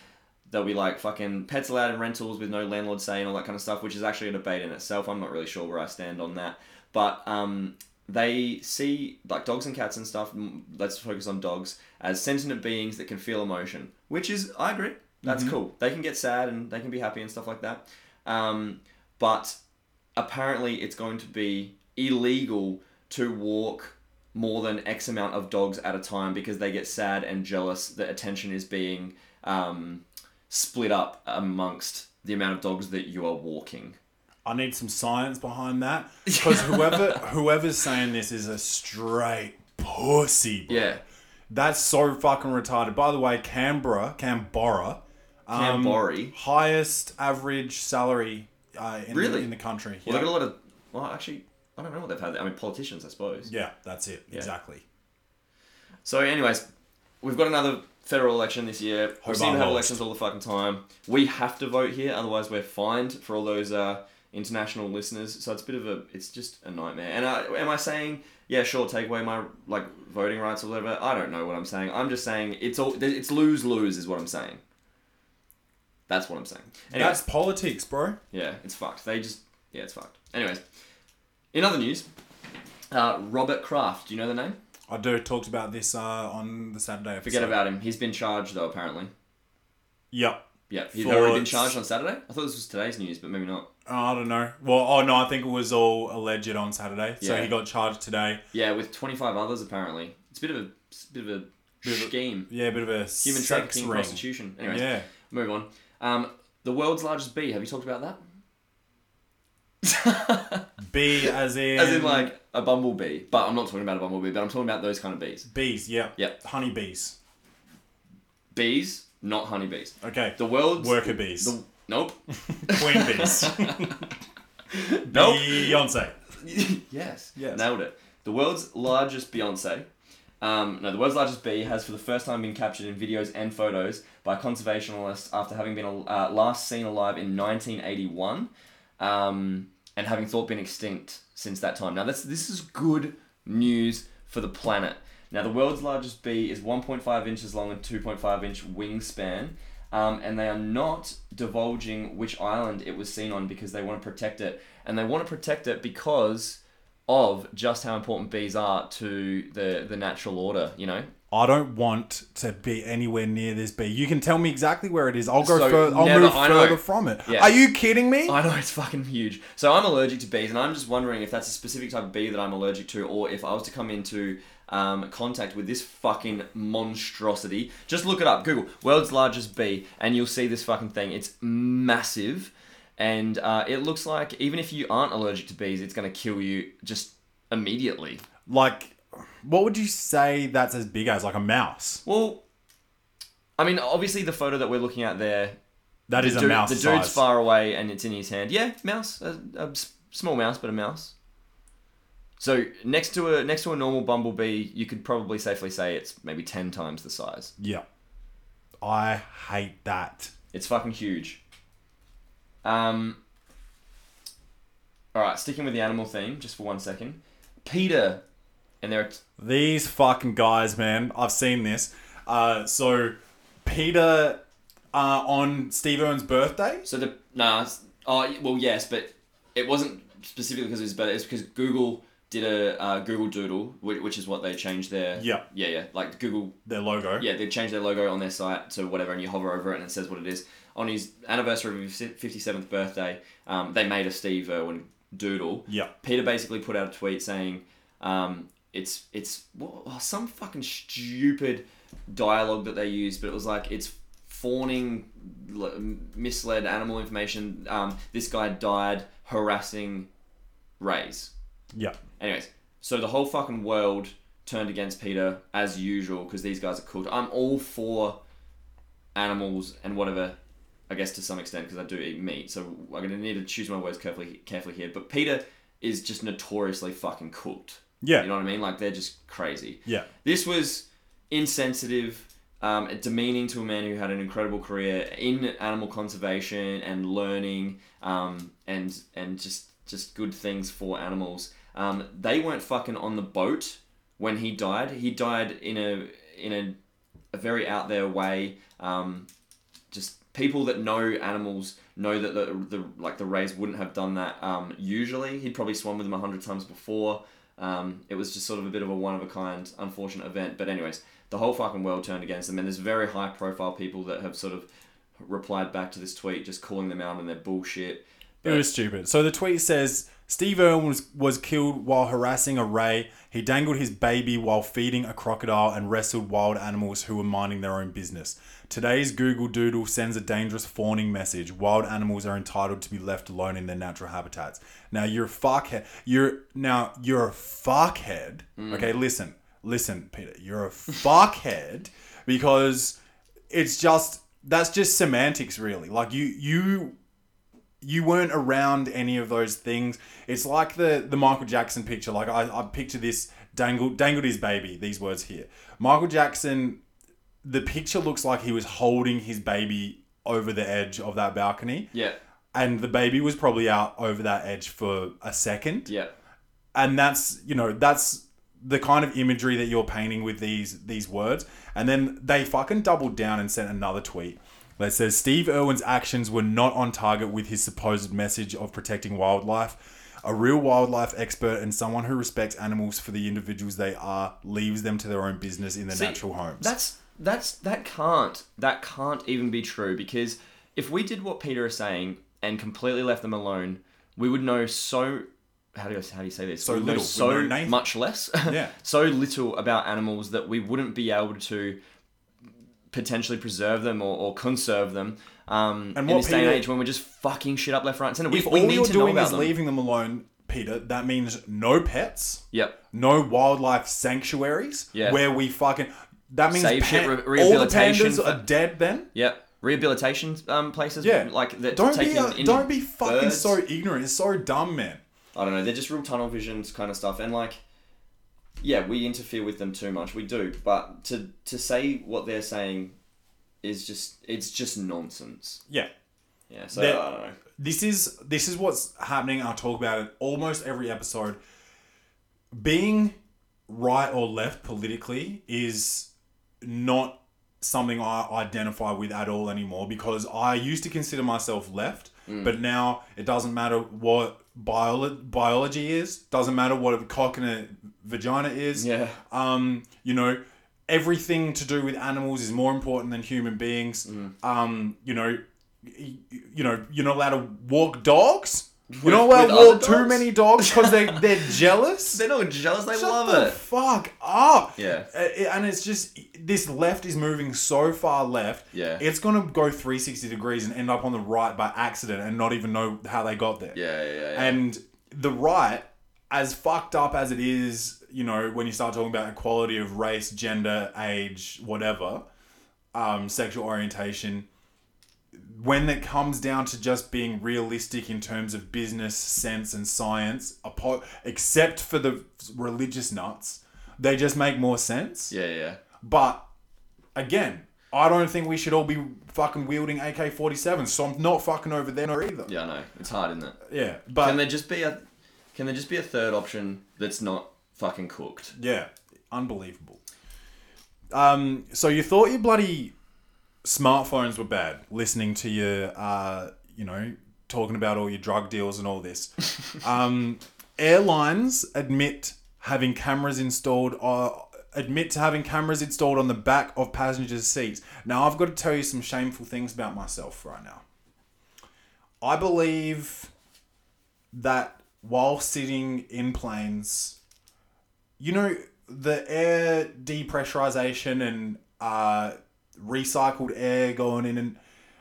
S3: There'll be like fucking pets allowed in rentals with no landlord say and all that kind of stuff, which is actually a debate in itself. I'm not really sure where I stand on that. But um, they see like dogs and cats and stuff, m- let's focus on dogs, as sentient beings that can feel emotion, which is, I agree, that's cool. They can get sad and they can be happy and stuff like that. Um, but apparently it's going to be illegal to walk more than X amount of dogs at a time because they get sad and jealous that attention is being um, split up amongst the amount of dogs that you are walking.
S2: I need some science behind that because whoever whoever's saying this is a straight pussy. bro.
S3: Yeah.
S2: That's so fucking retarded. By the way, Canberra, Canberra, um,
S3: Canberra.
S2: highest average salary uh, in,
S3: Really?
S2: the, in the country.
S3: Well, they've
S2: yeah.
S3: got a lot of. Well, actually, I don't know what they've had. there. I mean, politicians, I suppose.
S2: Yeah, that's it. Exactly.
S3: So, anyways, we've got another federal election this year. We
S2: Hobart
S3: seem to have
S2: lost.
S3: elections all the fucking time. We have to vote here, otherwise we're fined for all those uh, international listeners. So it's a bit of a, it's just a nightmare. And I, am I saying, yeah, sure, take away my like voting rights or whatever? I don't know what I'm saying. I'm just saying it's all, it's lose lose is what I'm saying. That's what I'm saying. Anyways,
S2: That's politics, bro.
S3: yeah, it's fucked. They just, yeah, it's fucked. Anyways, in other news, uh, Robert Kraft. Do you know the name?
S2: I do talked about this uh, on the Saturday episode.
S3: Forget about him. He's been charged though, apparently.
S2: Yep.
S3: Yeah, he's
S2: For-
S3: already been charged on Saturday. I thought this was today's news, but maybe not.
S2: I don't know. Well, oh no, I think it was all alleged on Saturday. So
S3: Yeah.
S2: he got charged today.
S3: Yeah, with 25 others apparently. It's a bit of a it's a bit of a scheme,
S2: Yeah, a bit of a
S3: human
S2: sex
S3: trafficking,
S2: ring.
S3: prostitution. Anyways,
S2: Yeah.
S3: move on. Um, the world's largest bee. Have you talked about that?
S2: B as in
S3: As in like a bumblebee, but I'm not talking about a bumblebee. But I'm talking about those kind of bees.
S2: bees. Yeah.
S3: Yep.
S2: Honey bees.
S3: Bees, not honeybees.
S2: Okay.
S3: The world's
S2: Worker bees.
S3: The, nope.
S2: Queen bees.
S3: Nope.
S2: Beyonce.
S3: yes.
S2: Yes.
S3: Nailed it. The world's largest Beyonce. Um, no, the world's largest bee has for the first time been captured in videos and photos by conservationists after having been uh, last seen alive in 1981 um, and having thought been extinct since that time. Now, that's, this is good news for the planet. Now, the world's largest bee is 1.5 inches long and 2.5 inch wingspan, um, and they are not divulging which island it was seen on because they want to protect it. And they want to protect it because of just how important bees are to the the natural order. You know,
S2: I don't want to be anywhere near this bee. You can tell me exactly where it is. I'll go
S3: So,
S2: further. I'll
S3: never-
S2: move
S3: I know.
S2: further from it.
S3: Yeah.
S2: Are you kidding me?
S3: I know it's fucking huge. So I'm allergic to bees, and I'm just wondering if that's a specific type of bee that I'm allergic to, or if I was to come into um, contact with this fucking monstrosity. Just look it up, Google world's largest bee, and you'll see this fucking thing. It's massive, and uh, it looks like even if you aren't allergic to bees, it's gonna kill you just immediately.
S2: like, what would you say that's as big as? Like a mouse?
S3: Well, I mean, obviously the photo that we're looking at there
S2: That is
S3: the
S2: a
S3: dude-
S2: mouse
S3: The
S2: size.
S3: dude's far away and it's in his hand. Yeah, mouse, a, a s- small mouse, but a mouse. So next to a next to a normal bumblebee, you could probably safely say it's maybe ten times the size.
S2: yeah. I hate that.
S3: It's fucking huge. Um. All right, sticking with the animal theme just for one second. Peter, and there are t-
S2: These fucking guys, man. I've seen this. Uh, so, Peter uh, on Steve Irwin's birthday.
S3: so the nah. it's- Oh well, yes, but it wasn't specifically because it was better. It's because Google did a uh, Google Doodle, which, which is what they changed their
S2: Yeah.
S3: yeah yeah like Google
S2: Their logo.
S3: yeah, they've changed their logo on their site to whatever, and you hover over it and it says what it is. On his anniversary of his 57th birthday, um, they made a Steve Irwin doodle.
S2: Yeah.
S3: Peter basically put out a tweet saying, um, it's, it's what, oh, some fucking stupid dialogue that they used, but it was like, it's fawning, l- misled animal information. Um, this guy died harassing Rays.
S2: Yeah.
S3: Anyways, so the whole fucking world turned against Peter as usual because these guys are cool. I'm all for animals and whatever. I guess to some extent because I do eat meat, so I'm gonna need to choose my words carefully, carefully here. But Peter is just notoriously fucking cooked.
S2: Yeah.
S3: you know what I mean. Like they're just crazy.
S2: Yeah.
S3: This was insensitive, um, and demeaning to a man who had an incredible career in animal conservation and learning, um, and and just just good things for animals. Um, they weren't fucking on the boat when he died. He died in a in a, a very out there way. Um, just people that know animals know that the, the like the rays wouldn't have done that um, usually he'd probably swum with them a hundred times before um, it was just sort of a bit of a one of a kind unfortunate event but anyways the whole fucking world turned against them and there's very high profile people that have sort of replied back to this tweet just calling them out on their bullshit
S2: It was stupid. So the tweet says Steve Irwin was, was killed while harassing a ray. He dangled his baby while feeding a crocodile and wrestled wild animals who were minding their own business. Today's Google Doodle sends a dangerous fawning message. Wild animals are entitled to be left alone in their natural habitats. Now you're a fuckhead. You're now you're a fuckhead.
S3: Mm.
S2: Okay, listen, listen, Peter. You're a fuckhead because it's just that's just semantics, really. Like you you you weren't around any of those things. It's like the the Michael Jackson picture. Like I, I picture this dangled dangled his baby. These words here. Michael Jackson. The picture looks like he was holding his baby over the edge of that balcony,
S3: yeah
S2: and the baby was probably out over that edge for a second.
S3: yeah
S2: And that's you know that's the kind of imagery that you're painting with these these words. And then they fucking doubled down and sent another tweet that says Steve Irwin's actions were not on target with his supposed message of protecting wildlife. A real wildlife expert and someone who respects animals for the individuals they are leaves them to their own business in their
S3: See,
S2: natural homes.
S3: That's that's that can't that can't even be true because if we did what Peter is saying and completely left them alone, we would know so how do you, how do you say this? So
S2: little, we'd
S3: so
S2: know nothing.
S3: much less,
S2: Yeah.
S3: so little about animals that we wouldn't be able to potentially preserve them or, or conserve them. Um,
S2: And
S3: in
S2: what
S3: this day and
S2: Peter-
S3: age when we're just fucking shit up left, right, and center, we,
S2: if
S3: we
S2: all
S3: need
S2: you're
S3: to
S2: doing
S3: know about
S2: is
S3: them.
S2: leaving them alone, Peter, that means no pets.
S3: Yep.
S2: no wildlife sanctuaries
S3: Yeah.
S2: where we fucking that means
S3: Save shit,
S2: pan- all
S3: re-
S2: the
S3: rehabilitation
S2: pandas
S3: for-
S2: are dead then
S3: Yep. Rehabilitation um, places.
S2: yeah
S3: Like that.
S2: don't
S3: taking
S2: be a,
S3: in
S2: don't be fucking
S3: birds.
S2: so ignorant it's so dumb man
S3: I don't know. They're just real tunnel visions kind of stuff, and like, yeah, we interfere with them too much. We do, but to to say what they're saying is just it's just nonsense.
S2: yeah
S3: Yeah. So
S2: They're-
S3: I don't know.
S2: this is this is what's happening i'll talk about it almost every episode being right or left politically is not something i identify with at all anymore because i used to consider myself left But now it doesn't matter what biolo- biology is, doesn't matter what a cock and a vagina is.
S3: Yeah.
S2: Um, you know, everything to do with animals is more important than human beings.
S3: Mm.
S2: Um, you know, y- y- you know, you're not allowed to walk dogs. You're not allowed to
S3: With- with
S2: walk
S3: other
S2: too
S3: dogs?
S2: many dogs because they they're jealous.
S3: They're not jealous. They
S2: Shut
S3: love
S2: the
S3: it.
S2: fuck up.
S3: Yeah.
S2: Uh, it- And it's just this left is moving so far left.
S3: Yeah.
S2: It's gonna go 360 degrees and end up on the right by accident and not even know how they got there.
S3: Yeah, yeah, yeah. yeah.
S2: And the right, as fucked up as it is, you know, when you start talking about equality of race, gender, age, whatever, um, sexual orientation, when it comes down to just being realistic in terms of business, sense, and science, apo- except for the religious nuts, they just make more sense.
S3: yeah, yeah, yeah.
S2: But again, I don't think we should all be fucking wielding AK 47s, so I'm not fucking over them either.
S3: Yeah, I know. It's hard, isn't it?
S2: Yeah, but.
S3: Can there just be a can there just be a third option that's not fucking cooked?
S2: Yeah, unbelievable. Um, so you thought your bloody smartphones were bad, listening to your, uh, you know, talking about all your drug deals and all this. um, airlines admit having cameras installed uh, admit to having cameras installed on the back of passengers' seats. Now I've got to tell you some shameful things about myself right now. I believe that while sitting in planes you know the air depressurization and uh, recycled air going in and,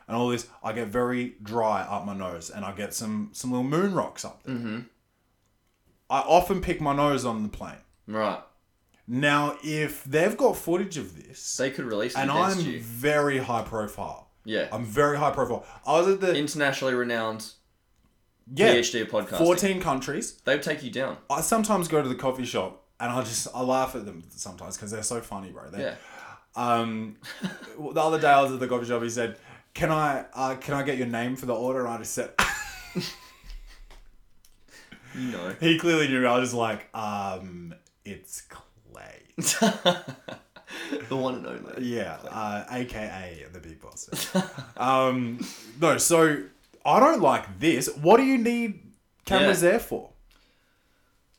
S2: and all this i get very dry up my nose and i get some some little moon rocks up there
S3: Mm-hmm.
S2: i often pick my nose on the plane
S3: Right.
S2: now if they've got footage of this
S3: They could release it
S2: and
S3: against
S2: i'm
S3: you.
S2: very high profile
S3: Yeah.
S2: i'm very high profile i was at the
S3: Internationally renowned
S2: yeah,
S3: PhD podcast.
S2: 14 countries
S3: They would take you down.
S2: i sometimes go to the coffee shop and i just i laugh at them sometimes because they're so funny bro They're-
S3: Yeah.
S2: Um, the other day I was at the coffee shop. He said, "Can I uh, can I get your name for the order?" And I just said,
S3: You know.
S2: "He clearly knew." I was just like, um, "It's Clay."
S3: The one and only.
S2: Yeah, uh, aka the big boss. um, no, so I don't like this. What do you need cameras
S3: Yeah.
S2: there for?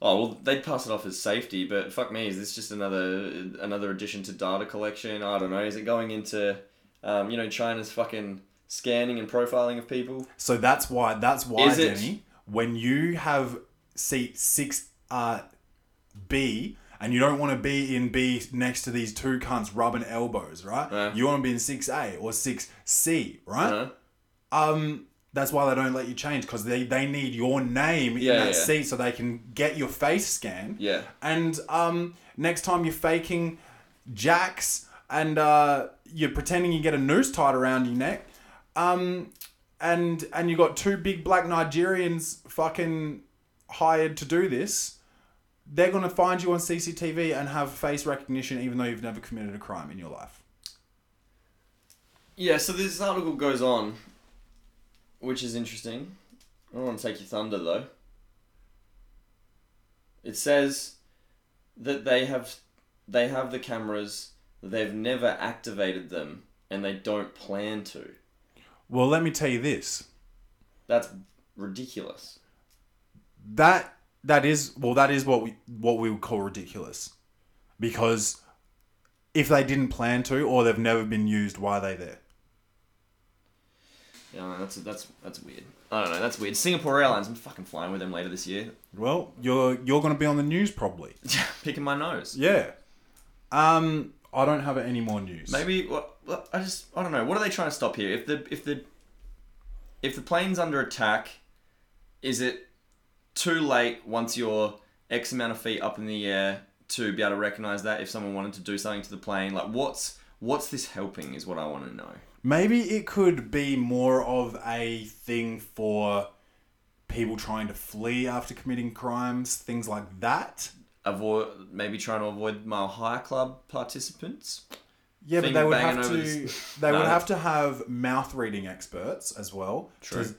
S3: Oh well, they'd pass it off as safety, but fuck me, is this just another another addition to data collection? I don't know. Is it going into, um, you know, China's fucking scanning and profiling of people?
S2: So that's why that's why
S3: Is it-
S2: Denny, when you have seat six uh, B and you don't want to be in B next to these two cunts rubbing elbows, right?
S3: Yeah.
S2: You want to be in six A or six C,
S3: I
S2: right?
S3: don't know. Uh-huh.
S2: Um, that's why they don't let you change because they, they need your name
S3: Yeah,
S2: in that
S3: yeah.
S2: seat so they can get your face scan.
S3: Yeah.
S2: And um, next time you're faking jacks and uh, you're pretending you get a noose tied around your neck, um, and and you got two big black Nigerians fucking hired to do this. They're gonna find you on CCTV and have face recognition, even though you've never committed a crime in your life.
S3: Yeah, so this article goes on, which is interesting. I don't want to take your thunder though. It says that they have they have the cameras, they've never activated them, and they don't plan to.
S2: Well, let me tell you this.
S3: That's ridiculous.
S2: that that is well that is what we what we would call ridiculous because if they didn't plan to or they've never been used why are they there
S3: Yeah, I know, that's that's that's weird. I don't know, that's weird. Singapore Airlines, I'm fucking flying with them later this year.
S2: well you're you're going to be on the news probably
S3: Picking my nose.
S2: yeah um i don't have any more news
S3: Maybe what, what I just I don't know. What are they trying to stop here? If the if the if the plane's under attack, is it too late once you're X amount of feet up in the air to be able to recognize that if someone wanted to do something to the plane? Like what's what's this helping is what I want to know.
S2: maybe it could be more of a thing for people trying to flee after committing crimes things like that
S3: Avoid maybe trying to avoid mile high club participants.
S2: Yeah, but
S3: thing
S2: they would
S3: banging
S2: have to.
S3: over
S2: They
S3: this- No.
S2: would have to have mouth reading experts as well.
S3: True.
S2: To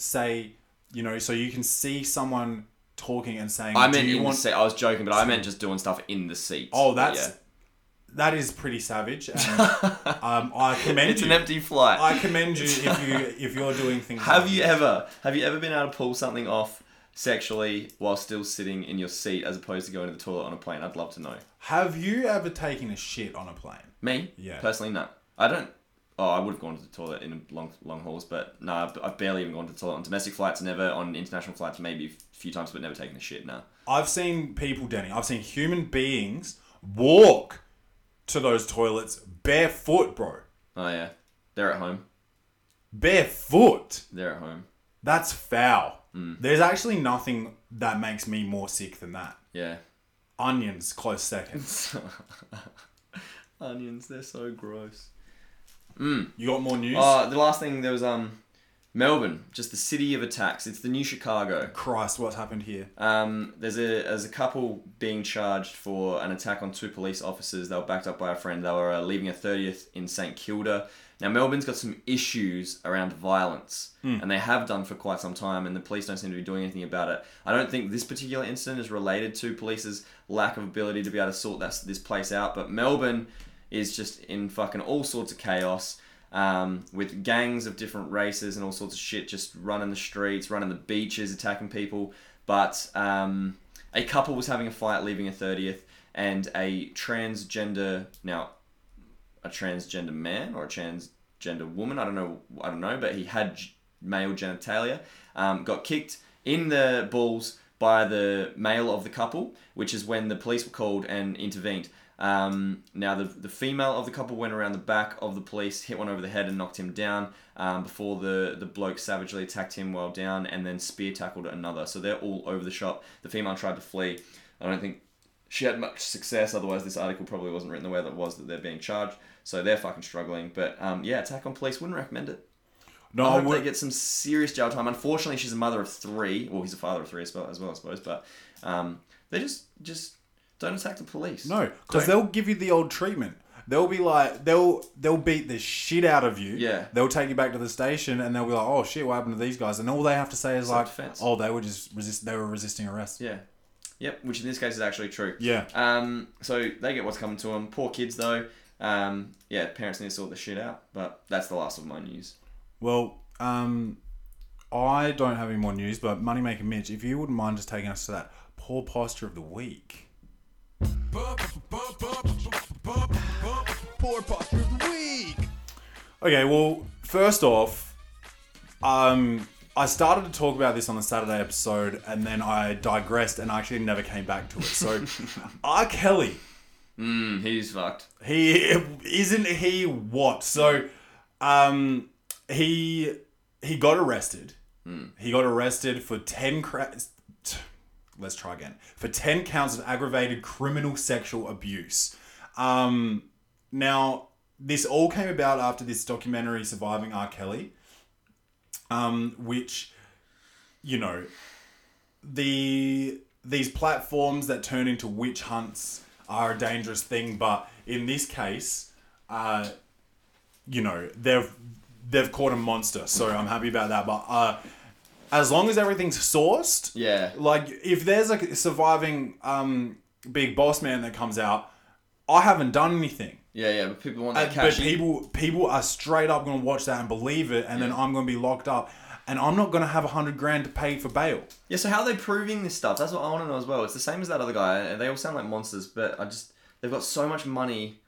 S2: say, you know, so you can see someone talking and saying,
S3: I
S2: "Do
S3: meant
S2: you
S3: in
S2: want?"
S3: the seat. I was joking, but I meant just doing stuff in the seat.
S2: oh,
S3: But
S2: that's that is pretty savage. And, um, I commend
S3: It's
S2: you.
S3: an empty flight.
S2: I commend you if you if you're doing things.
S3: Have
S2: like
S3: you
S2: this.
S3: ever have you ever been able to pull something off sexually while still sitting in your seat as opposed to going to the toilet on a plane? I'd love to know.
S2: Have you ever taken a shit on a plane?
S3: Me?
S2: Yeah.
S3: Personally, no. I don't. Oh, I would have gone to the toilet in long long hauls, but no, I've, I've barely even gone to the toilet on domestic flights. Never on international flights, maybe a few times, but never taken a shit. No.
S2: I've seen people, Danny. I've seen human beings walk to those toilets barefoot, bro.
S3: Oh yeah, they're at home.
S2: Barefoot.
S3: They're at home.
S2: That's foul. There's actually nothing that makes me more sick than that.
S3: Yeah.
S2: Onions, close second.
S3: Onions, they're so gross.
S2: You got more news?
S3: Uh, the last thing there was um, Melbourne, just the city of attacks. It's the new Chicago.
S2: Christ, what's happened here?
S3: Um, there's a there's a couple being charged for an attack on two police officers. They were backed up by a friend. They were uh, leaving a thirtieth in St Kilda. Now Melbourne's got some issues around violence, and they have done for quite some time. And the police don't seem to be doing anything about it. I don't think this particular incident is related to police's lack of ability to be able to sort that, this place out. But Melbourne is just in fucking all sorts of chaos um, with gangs of different races and all sorts of shit just running the streets, running the beaches, attacking people. But um, a couple was having a fight, leaving a 30th, and a transgender, now, a transgender man or a transgender woman, I don't know, I don't know, but he had g- male genitalia, um, got kicked in the balls by the male of the couple, which is when the police were called and intervened. Um, now, the, the female of the couple went around the back of the police, hit one over the head, and knocked him down um, before the, the bloke savagely attacked him while down and then spear tackled another. So they're all over the shop. The female tried to flee. I don't think she had much success. Otherwise, this article probably wasn't written the way that it was that they're being charged. So they're fucking struggling. But um, yeah, attack on police wouldn't recommend it.
S2: No,
S3: I
S2: I
S3: hope
S2: Oh, would,
S3: they get some serious jail time. Unfortunately, she's a mother of three. Well, he's a father of three as well, as well I suppose. But um, they just just don't attack the police.
S2: no, because
S3: Don't-
S2: they'll give you the old treatment. They'll be like, they'll they'll beat the shit out of you.
S3: Yeah.
S2: They'll take you back to the station and they'll be like, oh shit, what happened to these guys? And all they have to say is like,
S3: Self-defense.
S2: oh, they were just resist, they were resisting arrest.
S3: yeah, yep. Which in this case is actually true.
S2: Yeah.
S3: Um, so they get what's coming to them. Poor kids though. Um, yeah, parents need to sort the shit out. But that's the last of my news.
S2: Well, um, I don't have any more news, but Moneymaker Mitch, if you wouldn't mind just taking us to that poor posture of the week.
S1: Poor posture of the week.
S2: Okay, well, first off, um, I started to talk about this on the Saturday episode, and then I digressed, and I actually never came back to it. So, R. Kelly,
S3: Mm, he's fucked.
S2: he isn't he what? So, um, he he got arrested. He got arrested for ten. Cra- t- let's try again for ten counts of aggravated criminal sexual abuse. Um, now, this all came about after this documentary, Surviving R. Kelly, um, which, you know, the these platforms that turn into witch hunts are a dangerous thing, but in this case, uh, you know, they've they've caught a monster, so I'm happy about that. But uh, as long as everything's sourced,
S3: Yeah.
S2: like if there's a surviving um, big boss man that comes out, I haven't done anything.
S3: Yeah, yeah, but people want
S2: Uh,
S3: that
S2: but
S3: cash. in.
S2: people people are straight up going to watch that and believe it, and then I'm going to be locked up, and I'm not going to have a hundred grand to pay for bail.
S3: Yeah, so how are they proving this stuff? That's what I want to know as well. It's the same as that other guy, and they all sound like monsters, but I just they've got so much money.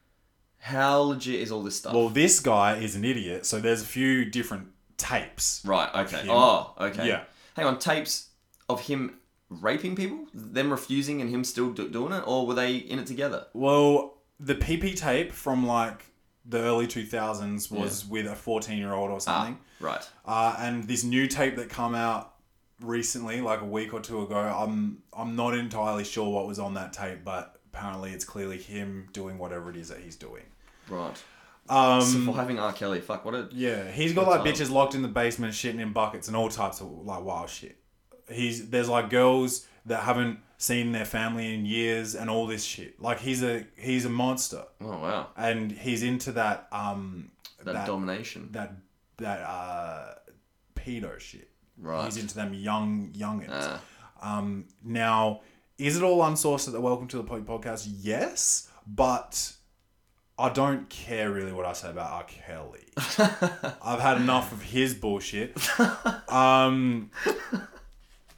S3: How legit is all this stuff?
S2: Well, this guy is an idiot, so there's a few different tapes.
S3: right, okay.
S2: him.
S3: Oh, okay.
S2: Yeah.
S3: Hang on, tapes of him raping people, them refusing and him still do- doing it, or were they in it together?
S2: Well, the PP tape from like the early 2000s was with a 14 year old or
S3: Ah,
S2: something.
S3: right.
S2: Uh, and this new tape that come out recently, like a week or two ago, I'm I'm not entirely sure what was on that tape, but apparently it's clearly him doing whatever it is that he's doing.
S3: Right.
S2: Um,
S3: Surviving R. Kelly. Fuck, what a.
S2: Yeah, he's got like
S3: That's
S2: bitches locked in the basement, shitting in buckets, and all types of like wild shit. He's there's like girls that haven't seen their family in years, and all this shit. Like he's a he's a monster,
S3: Oh, wow.
S2: and he's into that um
S3: That,
S2: that that
S3: domination.
S2: that, uh pedo shit.
S3: Right.
S2: He's into them young youngins.
S3: Ah.
S2: Um, now, is it all unsourced at the Welcome to the Point podcast? Yes, but I don't care really what I say about R. Kelly. I've had enough of his bullshit. Um,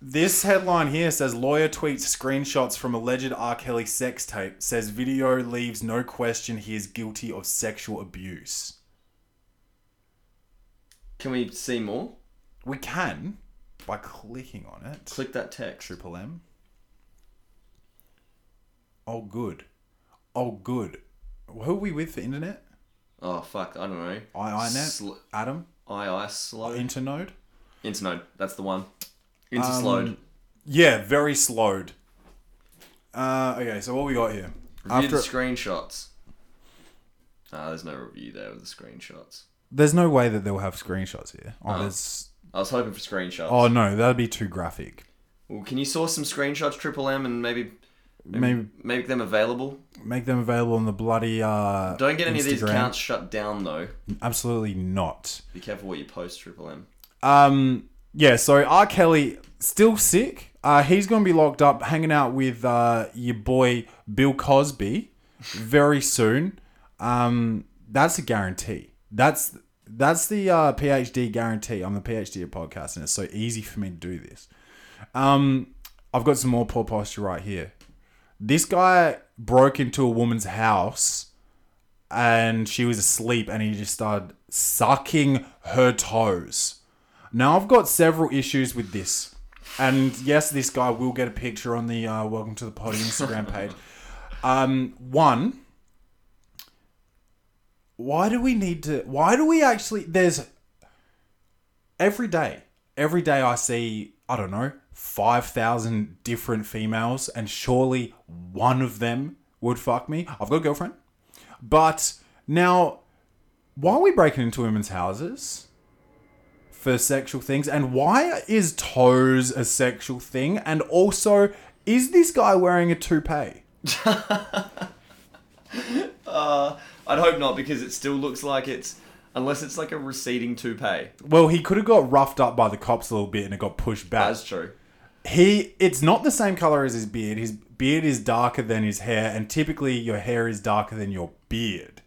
S2: this headline here says lawyer tweets screenshots from alleged R. Kelly sex tape. Says video leaves no question he is guilty of sexual abuse.
S3: Can we see more?
S2: We can by clicking on it.
S3: Click that text.
S2: Triple M. Oh good. Oh good. Who are we with for internet?
S3: Oh fuck, I don't know.
S2: IINet?
S3: Sl-
S2: E Adam?
S3: I I
S2: Oh,
S3: slow.
S2: Internode?
S3: Internode. That's the one.
S2: Um,
S3: Interslowed.
S2: Yeah, very slowed. Uh, okay, so what we got here?
S3: Review
S2: After
S3: the screenshots. Ah, there's no review there with the screenshots.
S2: there's no way that they'll have screenshots here. Oh, there's.
S3: I was hoping for screenshots.
S2: Oh no, that'd be too graphic.
S3: Well, can you source some screenshots, Triple M, and maybe
S2: Maybe
S3: make them available?
S2: make them available on the bloody. Uh,
S3: Don't get any of these
S2: Instagram.
S3: accounts shut down though.
S2: Absolutely not.
S3: Be careful what you post, Triple M.
S2: Um, yeah, so R. Kelly still sick. Uh, he's going to be locked up hanging out with uh, your boy Bill Cosby very soon. Um, that's a guarantee. That's that's the uh, PhD guarantee. I'm the PhD of podcasting. It's so easy for me to do this. Um, I've got some more poor posture right here. This guy broke into a woman's house and she was asleep and he just started sucking her toes. Now I've got several issues with this, and yes, this guy will get a picture on the uh, Welcome to the Party Instagram page. Um, one, why do we need to? Why do we actually? There's every day, every day I see I don't know five thousand different females, and surely one of them would fuck me. I've got a girlfriend, but now why are we breaking into women's houses? for sexual things and why is toes a sexual thing and also is this guy wearing a toupee
S3: I'd hope not because it still looks like it's unless it's like a receding toupee.
S2: well he could have got roughed up by the cops a little bit and it got pushed back
S3: That's true.
S2: he it's not the same color as his beard his beard is darker than his hair and typically your hair is darker than your beard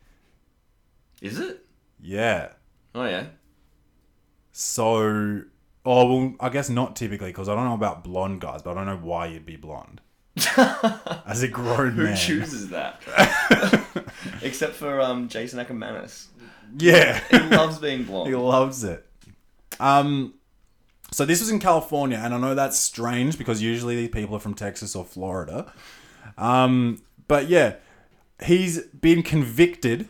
S3: Is it?
S2: yeah
S3: Oh yeah.
S2: so oh well i guess not typically because i don't know about blonde guys but i don't know why you'd be blonde as a grown
S3: Who
S2: man
S3: chooses that? Except for um, Jason Ackermanis.
S2: yeah
S3: He loves being
S2: He
S3: blonde.
S2: loves it. Um, so this was in California, and I know that's strange because usually these people are from Texas or Florida. Um, but yeah, he's been convicted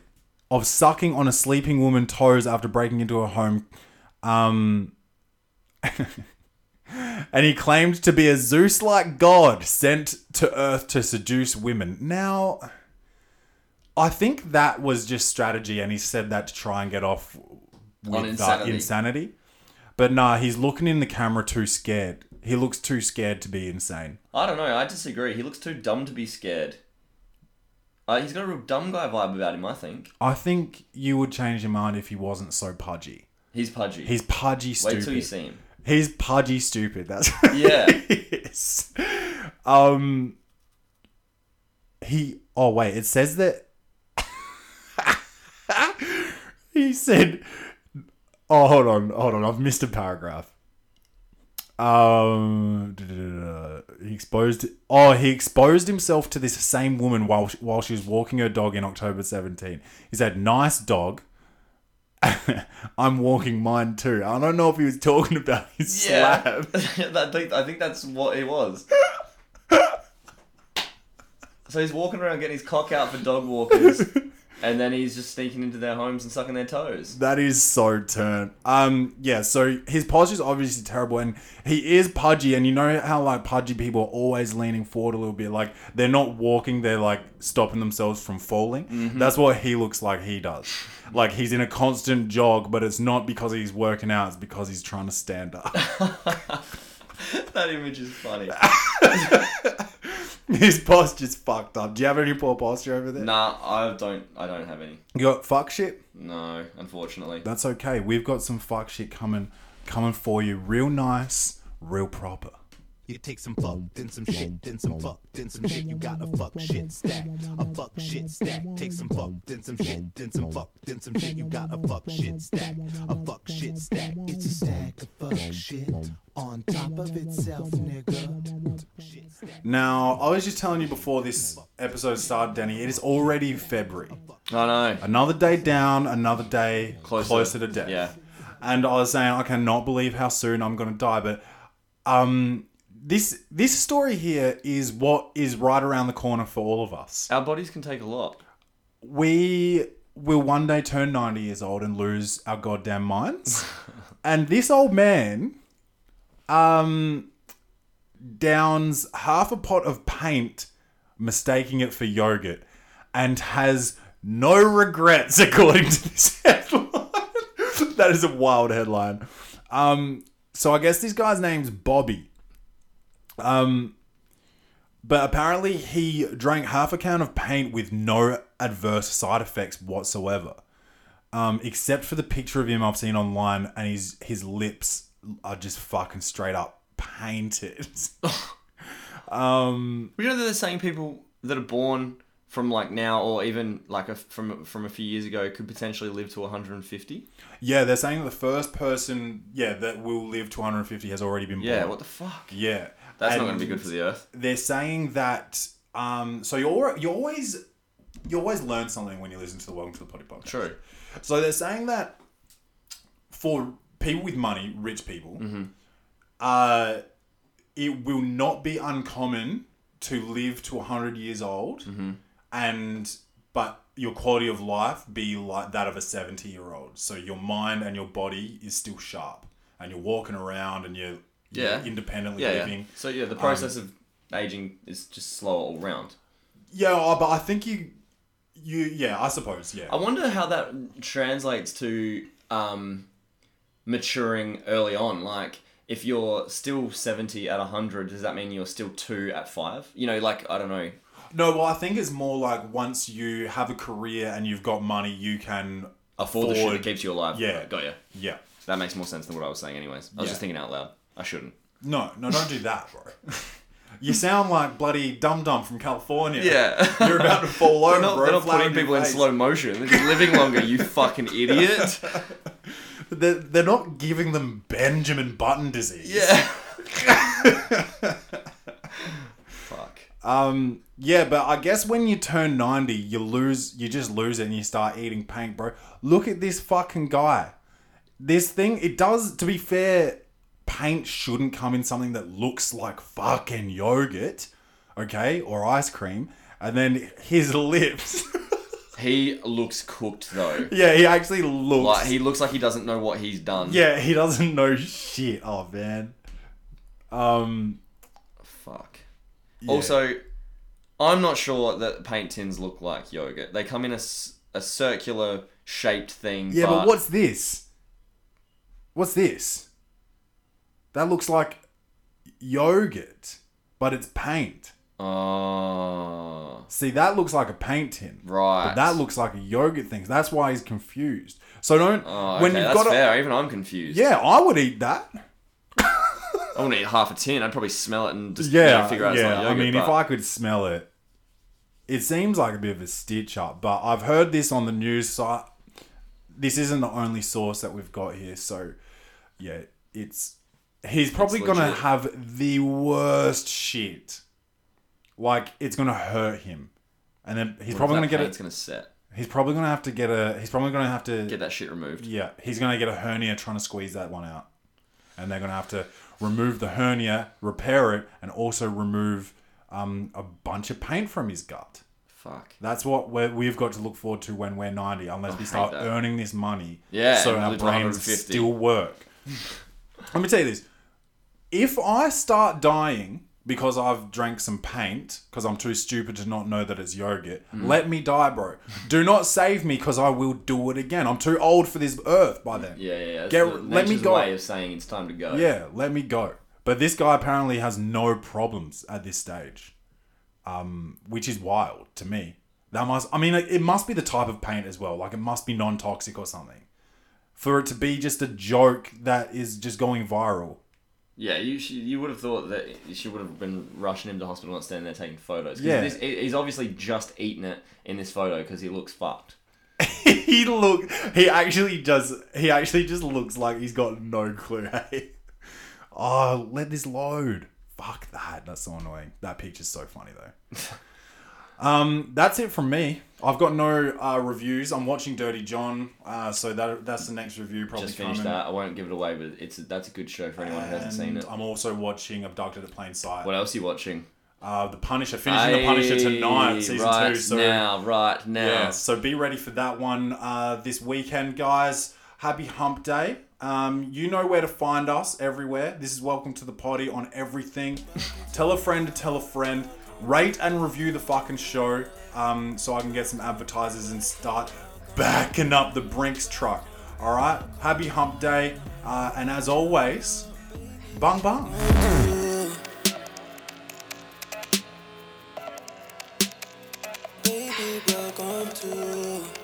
S2: of sucking on a sleeping woman toes after breaking into her home. Um, and he claimed to be a Zeus like god sent to Earth to seduce women. Now, I think that was just strategy, and he said that to try and get off with
S3: On
S2: insanity.
S3: insanity.
S2: insanity. But nah, he's looking in the camera too scared. He looks too scared to be insane.
S3: I don't know. I disagree. He looks too dumb to be scared. Uh, he's got a real dumb guy vibe about him. I think
S2: I think you would change your mind if he wasn't so pudgy.
S3: he's pudgy.
S2: He's pudgy stupid.
S3: Wait till you see him.
S2: He's pudgy stupid. That's
S3: Yeah.
S2: yes. Um. He. Oh wait. It says that. he said. Oh, hold on, hold on. I've missed a paragraph. Um. He exposed. Oh, he exposed himself to this same woman while she, while she was walking her dog in October 17. He said, "Nice dog." I'm walking mine too. I don't know if he was talking about his
S3: Yeah.
S2: slab.
S3: I think I think that's what it was. so he's walking around getting his cock out for dog walkers, and then he's just sneaking into their homes and sucking their toes.
S2: That is so turn. Um, yeah. So his posture's obviously terrible, and he is pudgy. And you know how like pudgy people are always leaning forward a little bit, like they're not walking; they're like stopping themselves from falling. That's what he looks like. He does. Like he's in a constant jog, but it's not because he's working out; it's because he's trying to stand up.
S3: that image is funny.
S2: his posture's fucked up. Do you have any poor posture over there?
S3: nah, I don't. I don't have any.
S2: You got fuck shit.
S3: No, unfortunately.
S2: That's okay. We've got some fuck shit coming, coming for you. Real nice, real proper.
S4: It takes some fuck, then some shit, then some fuck, then some shit. You gotta fuck shit stacked. A fuck shit stack. Take some fuck, then some shit, then some fuck, then some shit. You gotta fuck shit stacked. A fuck shit stack. It's a stack of fuck shit on top of itself, nigga. Shit stack.
S2: Now, I was just telling you before this episode started, Danny, it is already February.
S3: I know.
S2: Another day down, another day
S3: Closer.
S2: closer, to death.
S3: Yeah.
S2: And I was saying, I cannot believe how soon I'm going to die. But um, this this story here is what is right around the corner for all of us.
S3: Our bodies can take a lot.
S2: we will one day turn 90 years old and lose our goddamn minds. and this old man um, downs half a pot of paint, mistaking it for yogurt, and has no regrets, according to this headline. that is a wild headline. Um, so I guess this guy's name's Bobby. Um, but apparently, he drank half a can of paint with no adverse side effects whatsoever, um, except for the picture of him I've seen online, and his his lips are just fucking straight up painted. um,
S3: But you know they're the same people that are born from like now or even like a, from from a few years ago could potentially live to 150.
S2: yeah, they're saying that the first person, yeah, that will live to 150 has already been
S3: Yeah.
S2: born.
S3: What the fuck?
S2: yeah,
S3: That's
S2: And
S3: not going to be good for the earth.
S2: They're saying that. Um, so you're you always you always learn something when you listen to the Welcome to the Potty podcast.
S3: True.
S2: So they're saying that for people with money, rich people,
S3: Mm-hmm.
S2: uh, it will not be uncommon to live to 100 years old
S3: Mm-hmm.
S2: and but your quality of life be like that of a 70 year old so your mind and your body is still sharp and you're walking around and you're you're
S3: Yeah.
S2: independently
S3: Yeah,
S2: living
S3: yeah. So yeah, the process of aging is just slower all round.
S2: yeah oh, but i think you you yeah i suppose yeah
S3: I wonder how that translates to um, maturing early on. Like, if you're still 70 at 100, does that mean you're still 2 at 5? You know, like, I don't know.
S2: No, well, I think it's more like once you have a career and you've got money, you can
S3: Afford the shit that keeps you alive.
S2: Yeah.
S3: Right, got you.
S2: Yeah.
S3: That makes more sense than what I was saying, anyways. I
S2: Yeah.
S3: was just thinking out loud. I shouldn't.
S2: No, no, don't do that, bro. you sound like bloody Dum Dum from California.
S3: Yeah.
S2: You're about to fall over,
S3: They're not,
S2: bro.
S3: they're not
S2: flat
S3: putting
S2: on your
S3: people in
S2: face.
S3: slow motion. They're just living longer, you fucking idiot.
S2: They're, they're not giving them Benjamin Button disease.
S3: Yeah. Fuck.
S2: Um, yeah, but I guess when you turn 90, you lose, you just lose it and you start eating paint, bro. Look at this fucking guy. This thing, it does, to be fair, paint shouldn't come in something that looks like fucking yogurt, okay, or ice cream. And then his lips.
S3: He looks cooked, though.
S2: yeah, he actually looks.
S3: Like, he looks like he doesn't know what he's done.
S2: yeah, he doesn't know shit. Oh, man. Um,
S3: Fuck. Also, I'm not sure that paint tins look like yogurt. They come in a, s- a circular shaped thing.
S2: yeah, but what's this? What's this? That looks like yogurt, but it's paint.
S3: Oh.
S2: See, that looks like a paint tin.
S3: Right.
S2: But that looks like a yogurt thing. That's why he's confused. So don't
S3: Oh, okay,
S2: when you've
S3: that's
S2: got a
S3: fair. Even I'm confused.
S2: Yeah, I would eat that.
S3: I wouldn't eat half a tin. I'd probably smell it and just
S2: Yeah.
S3: yeah, figure out it's
S2: yeah.
S3: not yogurt.
S2: I mean, if
S3: but-
S2: I could smell it, it seems like a bit of a stitch up, but I've heard this on the news, so I, this isn't the only source that we've got here. So, yeah, it's he's probably
S3: It's
S2: going to
S3: legit.
S2: have the worst shit. Like it's going to hurt him. And then he's probably
S3: That
S2: going to get
S3: paint's
S2: it.
S3: gonna set.
S2: He's probably going to have to get a he's probably going to have to
S3: Get that shit removed.
S2: yeah, he's going to get a hernia trying to squeeze that one out. And they're going to have to remove the hernia, repair it, and also remove um, a bunch of paint from his gut.
S3: Fuck.
S2: That's what we're, we've got to look forward to when we're 90, unless we
S3: hate
S2: start
S3: that.
S2: earning this money
S3: Yeah,
S2: so
S3: and
S2: our
S3: live to
S2: brains
S3: 150.
S2: still work. Let me tell you this. If I start dying because I've drank some paint, because I'm too stupid to not know that it's yogurt,
S3: Mm.
S2: let me die, bro. Do not save me because I will do it again. I'm too old for this earth by then.
S3: Yeah, yeah. yeah. That's
S2: Get-
S3: the
S2: let me
S3: nature's
S2: go.
S3: way of saying it's time to go.
S2: Yeah, let me go. But this guy apparently has no problems at this stage, um, which is wild to me. That must, I mean, it must be the type of paint as well. Like, it must be non toxic or something. For it to be just a joke that is just going viral.
S3: Yeah, you she, you would have thought that she would have been rushing him to hospital and standing there taking photos. 'Cause
S2: Yeah.
S3: this- he- he's obviously just eaten it in this photo because he looks fucked.
S2: he look he actually does he actually just looks like he's got no clue hey oh let this load fuck that that's so annoying that picture's so funny though um that's it from me i've got no uh reviews i'm watching dirty john uh so that that's the next review probably
S3: just finished
S2: coming.
S3: that. I won't give it away, but it's that's a good show for anyone who hasn't seen
S2: And
S3: it.
S2: i'm also watching abducted at plain sight
S3: What else are you watching?
S2: uh the punisher finishing the punisher
S3: Aye,
S2: tonight season
S3: right
S2: two so
S3: now, right now.
S2: Yeah, so be ready for that one uh, this weekend, guys. Happy Hump Day. Um, you know where to find us everywhere. This is Welcome to the Party on everything. tell a friend to tell a friend. Rate and review the fucking show um, so I can get some advertisers and start backing up the Brinks truck. All right? Happy Hump Day. Uh, and as always, bung bung.
S1: Baby, welcome to.